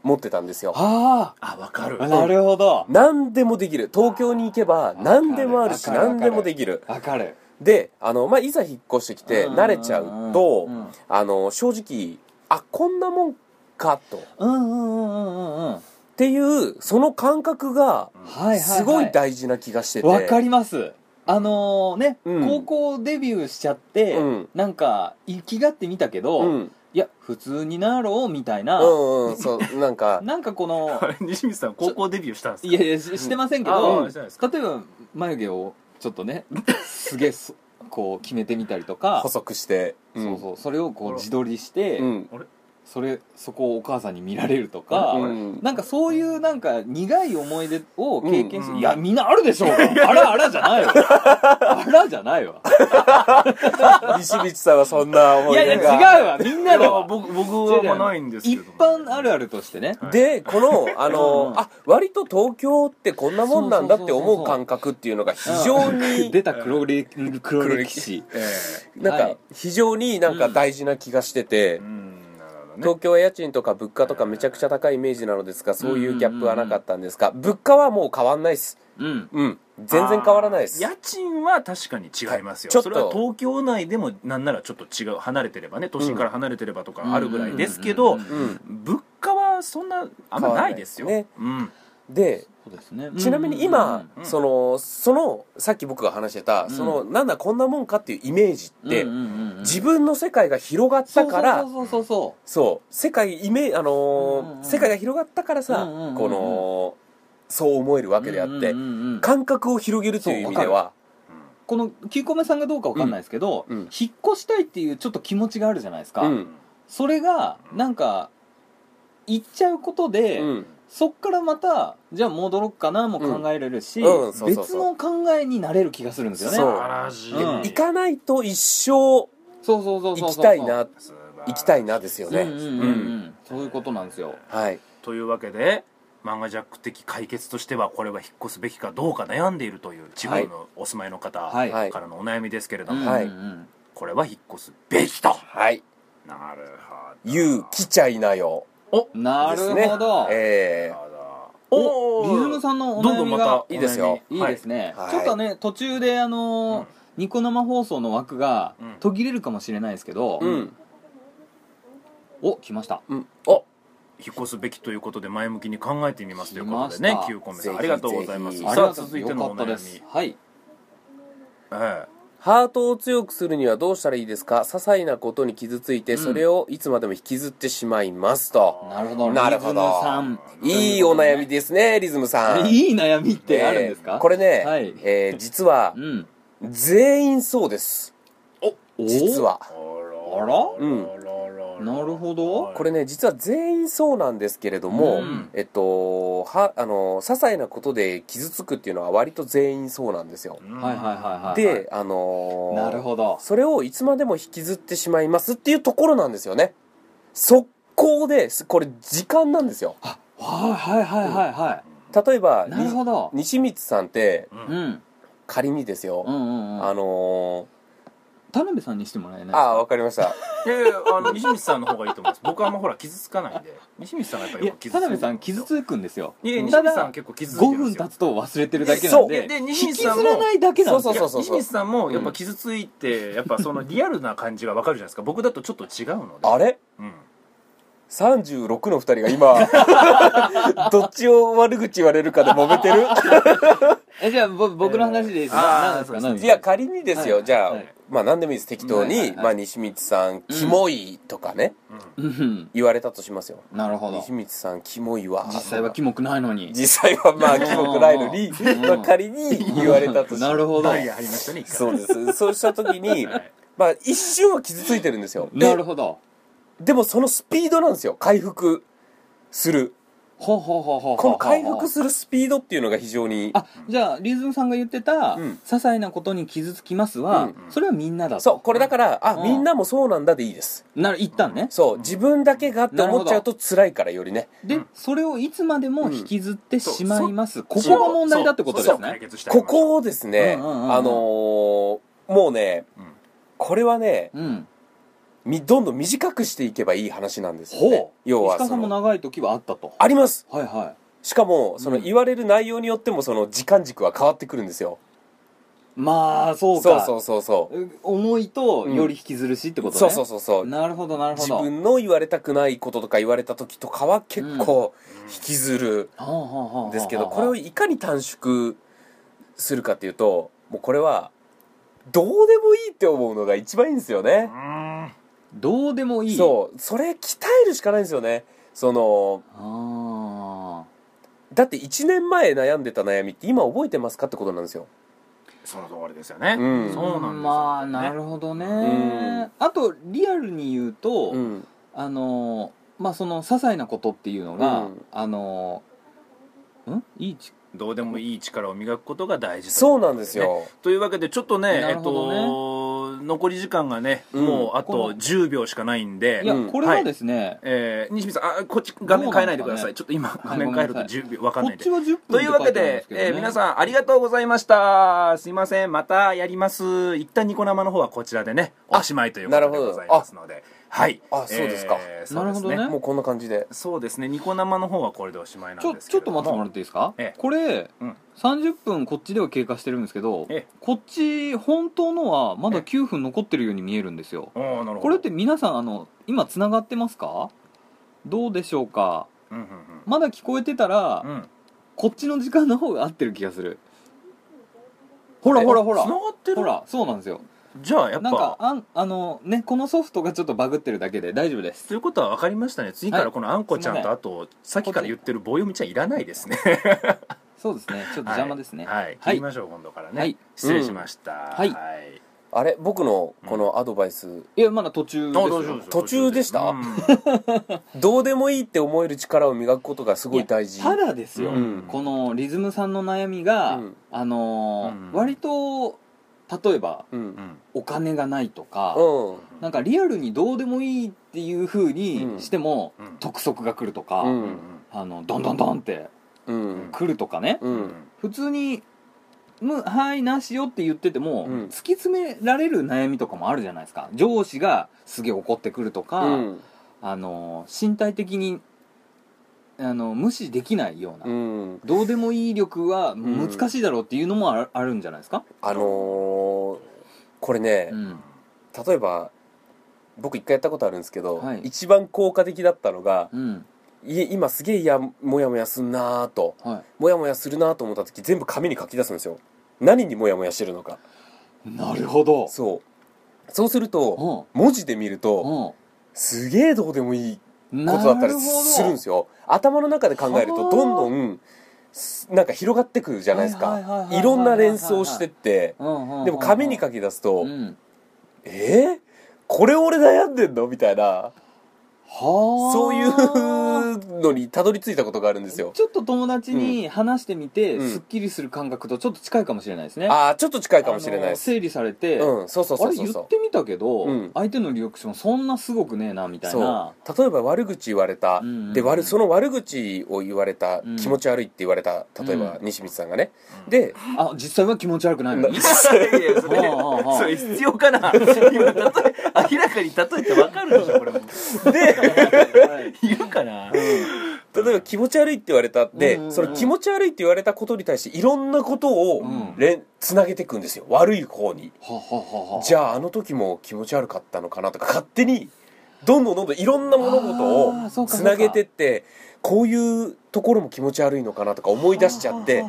[SPEAKER 1] 持ってたんですよ、
[SPEAKER 2] あ
[SPEAKER 3] あわかる
[SPEAKER 2] あなるほど
[SPEAKER 1] 何でもできる東京に行けば何でもあるし
[SPEAKER 2] わかるわか
[SPEAKER 1] 何で
[SPEAKER 2] る
[SPEAKER 1] もできる
[SPEAKER 2] わかる
[SPEAKER 1] であの、まあ、いざ引っ越してきて
[SPEAKER 2] うん
[SPEAKER 1] 慣れちゃうと
[SPEAKER 2] うん
[SPEAKER 1] あの正直あこんなもんかとっ
[SPEAKER 2] うんうんうんうんうんうん
[SPEAKER 1] ていうその感覚が
[SPEAKER 2] はいはい、はい、
[SPEAKER 1] すごい大事な気がしてて、
[SPEAKER 2] わかりますあのね、
[SPEAKER 1] うん
[SPEAKER 2] 高校デビューしちゃって、
[SPEAKER 1] うん
[SPEAKER 2] なんか行きがってみたけど、
[SPEAKER 1] うん
[SPEAKER 2] いや普通になろうみたいな、
[SPEAKER 1] うんうんそうなんか
[SPEAKER 2] なんかこ
[SPEAKER 1] *laughs*
[SPEAKER 2] の
[SPEAKER 3] あれ西光さん高校デビューしたんですか
[SPEAKER 2] いやいやししてませんけ
[SPEAKER 3] あ
[SPEAKER 2] ど、
[SPEAKER 3] うんしてないですか
[SPEAKER 2] 例えば眉毛をちょっとねすげえそ *laughs* こう決めてみたりとか、
[SPEAKER 1] 細くして、うん
[SPEAKER 2] そうそうそれをこう自撮りして、
[SPEAKER 1] うん
[SPEAKER 2] それそこをお母さんに見られるとか、
[SPEAKER 1] うん
[SPEAKER 2] なんかそういうなんか苦い思い出を経験する、
[SPEAKER 3] うん
[SPEAKER 2] いやみんなあるでしょうがあらあらじ
[SPEAKER 1] *laughs*
[SPEAKER 2] ゃないわあらじゃないわ
[SPEAKER 1] 西光さんはそんない思い
[SPEAKER 2] や
[SPEAKER 1] 出が
[SPEAKER 2] いや違うわみんなだわ
[SPEAKER 3] 僕僕はもうないんですけ
[SPEAKER 2] 一
[SPEAKER 3] ど
[SPEAKER 2] 般あるあ
[SPEAKER 3] る
[SPEAKER 2] るとしてね
[SPEAKER 1] でこのあの、
[SPEAKER 2] うん
[SPEAKER 1] あ割と東京ってこんなもんなんだって
[SPEAKER 2] そうそうそ
[SPEAKER 1] 思
[SPEAKER 2] うそうう
[SPEAKER 1] 感覚っていうのが非常に
[SPEAKER 2] 出た黒れ黒歴史
[SPEAKER 3] え
[SPEAKER 1] なん
[SPEAKER 2] は
[SPEAKER 1] か
[SPEAKER 2] い
[SPEAKER 1] 非常になんか大事な気がしてて、
[SPEAKER 3] えうんなるほどね
[SPEAKER 1] 東京は家賃とか物価とかめちゃくちゃ高いイメージなのですがそういうギャップはなかったんですが物価はもう変わんないっす
[SPEAKER 2] うん
[SPEAKER 1] うん全然変わらないです
[SPEAKER 3] あー家賃は確かに違います
[SPEAKER 1] はい
[SPEAKER 3] よ、
[SPEAKER 1] ちょっと
[SPEAKER 3] それは東京内でもなんならちょっと違う離れてればね都心から離れてればとかあるぐらいですけど、
[SPEAKER 2] うんうんうん
[SPEAKER 1] うん
[SPEAKER 3] 物価はそんなあんまないですよ、
[SPEAKER 1] 変わらない
[SPEAKER 3] うん
[SPEAKER 1] で
[SPEAKER 2] そうですね
[SPEAKER 1] ちなみに今、
[SPEAKER 3] うん
[SPEAKER 1] そのそのさっき僕が話してた、
[SPEAKER 2] ん
[SPEAKER 1] そのなんだこんなもんかっていうイメージって、自
[SPEAKER 2] 分
[SPEAKER 1] 分の世界が広がったから
[SPEAKER 2] そうそうそうそ
[SPEAKER 1] そう世界イメあのー
[SPEAKER 2] うんうんうん
[SPEAKER 1] 世界が広がったからさ、
[SPEAKER 2] うんうんうんうん
[SPEAKER 1] このそう思えるわ
[SPEAKER 2] う
[SPEAKER 1] けであって、
[SPEAKER 2] うんうんうんうん
[SPEAKER 1] 感覚を広げるという意味では
[SPEAKER 2] この9個目さんがどうかわかんないですけど、
[SPEAKER 1] うんうん
[SPEAKER 2] 引っ越したいっていうちょっと気持ちがあるじゃないですか、
[SPEAKER 1] うん
[SPEAKER 2] それがなんか行っちゃうことで、
[SPEAKER 1] うん
[SPEAKER 2] そっからまたじゃあ戻ろっかなも考えれるし、
[SPEAKER 1] うんうんそうそうそう
[SPEAKER 2] 別の考えになれる気がするんですよね
[SPEAKER 1] そう
[SPEAKER 3] 素晴らしい、
[SPEAKER 2] うん
[SPEAKER 1] 行かないと一生
[SPEAKER 2] そうそうそうそう
[SPEAKER 1] 行
[SPEAKER 2] そう
[SPEAKER 1] きたいな
[SPEAKER 3] 素晴らし
[SPEAKER 1] 行きたいなですよね、
[SPEAKER 2] うんうんうんうんそういうことなんですよ
[SPEAKER 1] はい
[SPEAKER 3] というわけでマンガジャック的解決としてはこれは引っ越すべきかどうか悩んでいるという地方のお住まいの方
[SPEAKER 2] はい
[SPEAKER 1] はい
[SPEAKER 3] からのお悩みですけれども、
[SPEAKER 1] はい
[SPEAKER 2] うんうんうん
[SPEAKER 3] これは引っ越すべきと
[SPEAKER 1] はい
[SPEAKER 3] なるほど
[SPEAKER 1] 言う来ちゃいなよ
[SPEAKER 2] な
[SPEAKER 1] です
[SPEAKER 2] る
[SPEAKER 1] ね
[SPEAKER 2] ほど、
[SPEAKER 1] え
[SPEAKER 3] なるほど
[SPEAKER 2] おリズム
[SPEAKER 3] ん
[SPEAKER 2] さんのお
[SPEAKER 3] どんど
[SPEAKER 2] 悩
[SPEAKER 3] ん
[SPEAKER 2] み
[SPEAKER 3] ま
[SPEAKER 2] が
[SPEAKER 3] た
[SPEAKER 1] いいですよ
[SPEAKER 2] いいですね、
[SPEAKER 1] はい
[SPEAKER 2] ちょっとね途中であのー
[SPEAKER 3] うん
[SPEAKER 2] ニコ生放送の枠が
[SPEAKER 3] うん
[SPEAKER 2] 途切れるかもしれないですけど、
[SPEAKER 1] えうん
[SPEAKER 2] お来ました
[SPEAKER 1] うんお
[SPEAKER 3] 引っ越すべきということで前向きに考えてみますということでね
[SPEAKER 2] 来ました
[SPEAKER 3] 9個目
[SPEAKER 1] ぜひ
[SPEAKER 3] ありがとうございます
[SPEAKER 1] ぜ
[SPEAKER 3] さ
[SPEAKER 1] ひ
[SPEAKER 2] ありがと
[SPEAKER 3] あ
[SPEAKER 2] う
[SPEAKER 3] 続いてのお
[SPEAKER 2] よか
[SPEAKER 3] 悩
[SPEAKER 2] ったです
[SPEAKER 3] み、
[SPEAKER 2] はい
[SPEAKER 3] え
[SPEAKER 1] ハートを強くするにはどうしたらいいですか些細なことに傷ついて
[SPEAKER 3] ん
[SPEAKER 1] それをいつまでも引きずってしまいますと、
[SPEAKER 2] なるほど
[SPEAKER 1] なるほど
[SPEAKER 2] リズムさん
[SPEAKER 1] いいお悩みですねリズムさん
[SPEAKER 2] いい悩みってあるんです
[SPEAKER 1] え
[SPEAKER 2] か、
[SPEAKER 1] ーこれね、
[SPEAKER 2] はい
[SPEAKER 1] えー実は
[SPEAKER 2] うん
[SPEAKER 1] 全員そうです
[SPEAKER 2] お
[SPEAKER 1] 実は
[SPEAKER 3] え
[SPEAKER 2] あ
[SPEAKER 3] あ
[SPEAKER 2] ら
[SPEAKER 1] うん
[SPEAKER 2] なるほど
[SPEAKER 1] これね実は全員そうなんですけれども、
[SPEAKER 2] うん
[SPEAKER 1] えっとはあの些細なことで傷つくっていうのは割と全員そうなんですよ、
[SPEAKER 2] はいはいはいはい
[SPEAKER 1] で、あのー
[SPEAKER 2] なるほど
[SPEAKER 1] それをいつまでも引きずってしまいますっていうところなんですよね速攻ですこれ時間なんですよ
[SPEAKER 2] はいはいはいはいは
[SPEAKER 1] 例えば
[SPEAKER 2] いなるほど
[SPEAKER 1] に西光さんって
[SPEAKER 3] う
[SPEAKER 2] うんん
[SPEAKER 1] 仮にですよ、
[SPEAKER 2] うんうんう
[SPEAKER 1] あ
[SPEAKER 2] ん
[SPEAKER 1] の
[SPEAKER 2] 田辺さんにしてもらえない
[SPEAKER 1] ー、ああわかりました
[SPEAKER 3] いやいやあの西光さんの方がいいと思います僕はあんまほら傷つかないんで西光さんがやっぱ
[SPEAKER 2] いや
[SPEAKER 3] よく傷つく
[SPEAKER 2] 田辺さん傷つくんですよ
[SPEAKER 3] いや西
[SPEAKER 2] た
[SPEAKER 3] 光さん
[SPEAKER 2] だ
[SPEAKER 3] は結構傷ついて
[SPEAKER 2] 5
[SPEAKER 3] るんで
[SPEAKER 2] 分
[SPEAKER 3] すよ
[SPEAKER 2] 経つと忘れてるだけな
[SPEAKER 1] そ
[SPEAKER 2] ん
[SPEAKER 1] う
[SPEAKER 2] で
[SPEAKER 3] で西光
[SPEAKER 2] 引き
[SPEAKER 3] さん
[SPEAKER 2] ず
[SPEAKER 3] も
[SPEAKER 2] らないだけなんですよ
[SPEAKER 1] そうそう
[SPEAKER 3] 西光さんもやっぱ傷ついて、やっぱそのリアルな感じがわかるじゃないですか僕だとちょっと違うので
[SPEAKER 1] あれ
[SPEAKER 3] うん
[SPEAKER 1] 36の2人が *laughs* 今どっちを悪口言われるかで揉めてる
[SPEAKER 2] えじゃあぼ僕の話でいいです
[SPEAKER 3] あー
[SPEAKER 2] ななんですか
[SPEAKER 3] そう
[SPEAKER 2] 何
[SPEAKER 3] で
[SPEAKER 2] です
[SPEAKER 1] い
[SPEAKER 2] か
[SPEAKER 1] や仮にですよ、
[SPEAKER 2] はい
[SPEAKER 1] じゃあ、
[SPEAKER 2] はい
[SPEAKER 1] まあ何でもいいです適当に、
[SPEAKER 2] はいはいはい
[SPEAKER 1] まあ、西光さん「キモい」とかね、
[SPEAKER 3] うん
[SPEAKER 2] うん
[SPEAKER 1] 言われたとしますよ
[SPEAKER 2] なるほど
[SPEAKER 1] 西光さん「キモいわ」
[SPEAKER 2] 実際はキモくないのに
[SPEAKER 1] 実際はまあキモくないのに、
[SPEAKER 2] うん
[SPEAKER 1] まあ、仮に言われたとし
[SPEAKER 2] *laughs* なるほど
[SPEAKER 3] ダイヤありましたね一回
[SPEAKER 1] そうですそうした時に、
[SPEAKER 3] *laughs* はい
[SPEAKER 1] まあ一瞬は傷ついてるんですよ
[SPEAKER 2] なるほど
[SPEAKER 1] でもそのスピードなんですよ回復する
[SPEAKER 2] ほうほうほうほうほう
[SPEAKER 1] この回復するスピードっていうのが非常に
[SPEAKER 2] あじゃあリズムさんが言ってた「
[SPEAKER 1] うん
[SPEAKER 2] 些細なことに傷つきますは」
[SPEAKER 1] うん
[SPEAKER 2] それはみんなだと
[SPEAKER 1] そうこれだからあ
[SPEAKER 2] うん
[SPEAKER 1] みんなもそうなんだでいいです
[SPEAKER 2] なる一旦ね
[SPEAKER 1] そう自分だけがって思っちゃうと辛いからよりね
[SPEAKER 2] で、
[SPEAKER 3] うん
[SPEAKER 2] それをいつまでも引きずってしまいます、こ
[SPEAKER 3] そ
[SPEAKER 2] こ
[SPEAKER 3] う
[SPEAKER 2] が問題だってことです
[SPEAKER 3] そう解
[SPEAKER 2] ね
[SPEAKER 3] 決してあげ
[SPEAKER 1] こ
[SPEAKER 3] ましょう
[SPEAKER 1] こをですね、
[SPEAKER 2] うんうんうんうん
[SPEAKER 1] あのーもうね、
[SPEAKER 3] うん
[SPEAKER 1] これはね
[SPEAKER 2] うん
[SPEAKER 1] みどんどん短くしていけばいい話なんですよ、ね、
[SPEAKER 2] ほう
[SPEAKER 1] 要は
[SPEAKER 2] 石川さ
[SPEAKER 1] そ
[SPEAKER 2] んも
[SPEAKER 1] の
[SPEAKER 2] 長い時はあったと
[SPEAKER 1] あります
[SPEAKER 2] はいはい
[SPEAKER 1] しかもその
[SPEAKER 2] うん
[SPEAKER 1] 言われる内容によってもその時間軸は変わってくるんですよ、
[SPEAKER 2] まあそう
[SPEAKER 1] そう
[SPEAKER 2] か
[SPEAKER 1] そうそうそう
[SPEAKER 2] う重いとより引きずるしってことね、
[SPEAKER 1] そうそうそうそう
[SPEAKER 2] なるほどなるほ
[SPEAKER 1] 自
[SPEAKER 2] ど
[SPEAKER 1] 分の言われたくないこととか言われた時とかは結構引きずる
[SPEAKER 2] はあはあはあはあ
[SPEAKER 1] んですけどこれをいかに短縮するかっていうともうこれはどうでもいいって思うのが一番いいんですよね
[SPEAKER 3] うーん
[SPEAKER 2] どうでもいい
[SPEAKER 1] そうそれ鍛えるしかないんですよねその
[SPEAKER 2] あ
[SPEAKER 1] だって1年前悩んでた悩みって今覚えてますかってことなんですよ
[SPEAKER 3] その通りですよね、
[SPEAKER 1] うん
[SPEAKER 3] そうなんですよ、
[SPEAKER 2] まあなるほどね、
[SPEAKER 1] うん
[SPEAKER 2] あとリアルに言うと、
[SPEAKER 1] うん
[SPEAKER 2] あのまあその些細なことっていうのが、
[SPEAKER 1] うん
[SPEAKER 2] あのんいいち
[SPEAKER 3] どうでもいい力を磨くことが大事と
[SPEAKER 1] そうなんですよ
[SPEAKER 3] というわけでちょっとね
[SPEAKER 2] な
[SPEAKER 3] え
[SPEAKER 2] る
[SPEAKER 3] っ
[SPEAKER 2] ほど
[SPEAKER 3] と残り時間がね、
[SPEAKER 1] うん
[SPEAKER 3] もうあ
[SPEAKER 2] こ
[SPEAKER 3] と
[SPEAKER 2] の
[SPEAKER 3] 10秒しかないんで
[SPEAKER 2] いや
[SPEAKER 1] うん
[SPEAKER 2] これはですね、
[SPEAKER 3] えー西見さんあこっち画面変えないでください、
[SPEAKER 2] どうなんですかね
[SPEAKER 3] ちょっと今画
[SPEAKER 2] はい
[SPEAKER 3] 面
[SPEAKER 2] ごめ
[SPEAKER 3] 変え
[SPEAKER 2] ん
[SPEAKER 3] る
[SPEAKER 2] な
[SPEAKER 3] と
[SPEAKER 2] さい
[SPEAKER 3] 10秒わかん
[SPEAKER 2] こ
[SPEAKER 3] ない
[SPEAKER 2] っ
[SPEAKER 3] んで
[SPEAKER 2] ちは10分
[SPEAKER 3] というわけで、えー皆さんありがとうございましたすいませんまたやります一旦ニコ生の方はこちらでねおしまいというこ
[SPEAKER 1] な
[SPEAKER 3] と
[SPEAKER 1] る
[SPEAKER 3] で
[SPEAKER 1] ほど
[SPEAKER 3] ございますのではい
[SPEAKER 1] あそうですか
[SPEAKER 3] えー
[SPEAKER 2] なるほど
[SPEAKER 3] そ
[SPEAKER 2] ね
[SPEAKER 3] うです
[SPEAKER 1] もうこんな感じで
[SPEAKER 3] そうですねニコ生の方はこれでおしまい
[SPEAKER 2] ち
[SPEAKER 3] なん
[SPEAKER 2] ょ
[SPEAKER 3] です
[SPEAKER 2] ち
[SPEAKER 3] け
[SPEAKER 2] ょ
[SPEAKER 3] れ
[SPEAKER 2] っ
[SPEAKER 3] ども
[SPEAKER 2] と待ってもらっていいですか、
[SPEAKER 3] ええ
[SPEAKER 2] これ、
[SPEAKER 3] うん
[SPEAKER 2] 30分こっちでは経過してるんですけど、
[SPEAKER 3] ええ
[SPEAKER 2] こっち本当のはまだ9分残ってるように見えるんですよ、
[SPEAKER 3] おーなるほど
[SPEAKER 2] これって皆さんあの今つながってますかどうでしょうか
[SPEAKER 3] うんうん
[SPEAKER 2] まだ聞こえてたら、
[SPEAKER 3] うんうん
[SPEAKER 2] こっちの時間の方が合ってる気がするほらほらほら
[SPEAKER 3] 繋がってる
[SPEAKER 2] ほらそうなんですよ
[SPEAKER 3] じゃあやっ
[SPEAKER 2] なんか
[SPEAKER 3] ぱ
[SPEAKER 2] あんあのねこのソフトがちょっとバグってるだけで大丈夫です
[SPEAKER 3] ということは分かりましたね次からこのあんこちゃんとあとさっきから言ってる棒読みちゃんいらないですね
[SPEAKER 2] そうですねちょっと邪魔ですね
[SPEAKER 3] はい、はい、
[SPEAKER 2] は
[SPEAKER 3] 切り
[SPEAKER 2] い
[SPEAKER 3] ましょう今度からね、
[SPEAKER 2] はい
[SPEAKER 3] 失礼しました、
[SPEAKER 2] はい
[SPEAKER 3] はい
[SPEAKER 1] あれ僕のこのアドバイス、
[SPEAKER 2] いやまだ途中です
[SPEAKER 3] あどうしようどうし
[SPEAKER 2] よ
[SPEAKER 3] よう
[SPEAKER 1] 途中でした
[SPEAKER 3] うん
[SPEAKER 1] どうでもいいって思える力を磨くことがすごい大事
[SPEAKER 2] ただですよ、
[SPEAKER 1] うん
[SPEAKER 2] このリズムさんの悩みが、
[SPEAKER 1] うん
[SPEAKER 2] あのー
[SPEAKER 3] うん
[SPEAKER 2] 割と例えば
[SPEAKER 1] うん
[SPEAKER 3] う
[SPEAKER 1] うん
[SPEAKER 3] ん
[SPEAKER 2] お金がないとか、
[SPEAKER 1] うん
[SPEAKER 2] なんかリアルにどうでもいいっていう風にしても、
[SPEAKER 3] うん
[SPEAKER 2] 督促が来るとか、
[SPEAKER 1] うん
[SPEAKER 2] あのどんどんどんって
[SPEAKER 1] うん
[SPEAKER 2] 来るとかね、
[SPEAKER 1] う
[SPEAKER 3] うん
[SPEAKER 1] ん
[SPEAKER 2] 普通に「むはいなしよ」って言ってても、
[SPEAKER 1] うん
[SPEAKER 2] 突き詰められる悩みとかもあるじゃないですか上司がすげえ怒ってくるとか、
[SPEAKER 1] うん
[SPEAKER 2] あの身体的にあの無視できないよう
[SPEAKER 1] う
[SPEAKER 2] な、
[SPEAKER 1] ん
[SPEAKER 2] どうでもいい力は難しいだろうっていうのもある,、あるんじゃないですか、
[SPEAKER 1] あのーこれね、
[SPEAKER 2] うん
[SPEAKER 1] 例えば僕一回やったことあるんですけど、
[SPEAKER 2] はい
[SPEAKER 1] 一番効果的だったのが
[SPEAKER 2] うん
[SPEAKER 1] い今すげえやもやもやすんなーと
[SPEAKER 2] は
[SPEAKER 1] もやもやするなーと思った時全部紙に書き出すんですよ何にもやもやしてるのか
[SPEAKER 2] い、なるほど
[SPEAKER 1] そうそうすると
[SPEAKER 2] う
[SPEAKER 1] 文字で見ると
[SPEAKER 2] ん
[SPEAKER 1] すげえどうでもいい
[SPEAKER 2] うん
[SPEAKER 1] ことだったり
[SPEAKER 2] なほど
[SPEAKER 1] するんですよ頭の中で考える
[SPEAKER 2] は
[SPEAKER 1] と
[SPEAKER 2] あ
[SPEAKER 1] どんどんすなんか広がってくるじゃないです
[SPEAKER 2] は
[SPEAKER 1] か
[SPEAKER 2] いはいはいはいはい
[SPEAKER 1] いろんな連想してって
[SPEAKER 2] うんうんうんうん
[SPEAKER 1] でも紙に書き出すと
[SPEAKER 2] うん
[SPEAKER 1] 「えーこれ俺悩んでんの?」みたいな
[SPEAKER 2] はあ
[SPEAKER 1] そういうのにたどり着いたことがあるんですよ
[SPEAKER 2] ちょっと友達に話してみて、
[SPEAKER 1] うん
[SPEAKER 2] すっきりする感覚とちょっと近いかもしれないですね
[SPEAKER 1] ああちょっと近いかもしれない
[SPEAKER 2] あ
[SPEAKER 1] で
[SPEAKER 2] の
[SPEAKER 1] す
[SPEAKER 2] 整理されて、
[SPEAKER 1] うんそうそう
[SPEAKER 2] あ
[SPEAKER 1] そう
[SPEAKER 2] れ
[SPEAKER 1] そ
[SPEAKER 2] 言
[SPEAKER 1] う
[SPEAKER 2] っ
[SPEAKER 1] そ
[SPEAKER 2] てみたけど、
[SPEAKER 1] うん
[SPEAKER 2] 相手のリアクションそんなすごくねえなみ
[SPEAKER 1] う
[SPEAKER 2] たいな
[SPEAKER 1] そう例えば悪口言われた、
[SPEAKER 2] うんうんうん
[SPEAKER 1] で悪その悪口を言われた、
[SPEAKER 2] うん
[SPEAKER 1] 気持ち悪いって言われた例えば
[SPEAKER 2] う
[SPEAKER 1] 西光さんがね、
[SPEAKER 3] うん
[SPEAKER 1] で
[SPEAKER 2] あ実際は気持ち悪くな
[SPEAKER 1] *laughs*
[SPEAKER 2] いのに
[SPEAKER 3] いやいやそれ
[SPEAKER 2] うんうんうん
[SPEAKER 3] それ必要かな今例え明らかに例えて分かるでしょ
[SPEAKER 2] *laughs*
[SPEAKER 3] これも
[SPEAKER 1] で
[SPEAKER 3] いるかな、
[SPEAKER 1] 例えば気持ち悪いって言われたって、
[SPEAKER 2] うんうんうん
[SPEAKER 1] その気持ち悪いって言われたことに対していろんなことを
[SPEAKER 2] うん
[SPEAKER 1] 連、つなげていくんですよ悪い方に
[SPEAKER 2] はははは
[SPEAKER 1] じ
[SPEAKER 2] ゃ
[SPEAKER 1] ゃああの時も気持ち悪かったのかなとか勝手にどんどんどんどんいろんな物
[SPEAKER 2] あー
[SPEAKER 1] 事
[SPEAKER 2] そう
[SPEAKER 1] を
[SPEAKER 2] か
[SPEAKER 1] つなげてってこういうところも気持ち悪いのかなとか思い出しちゃって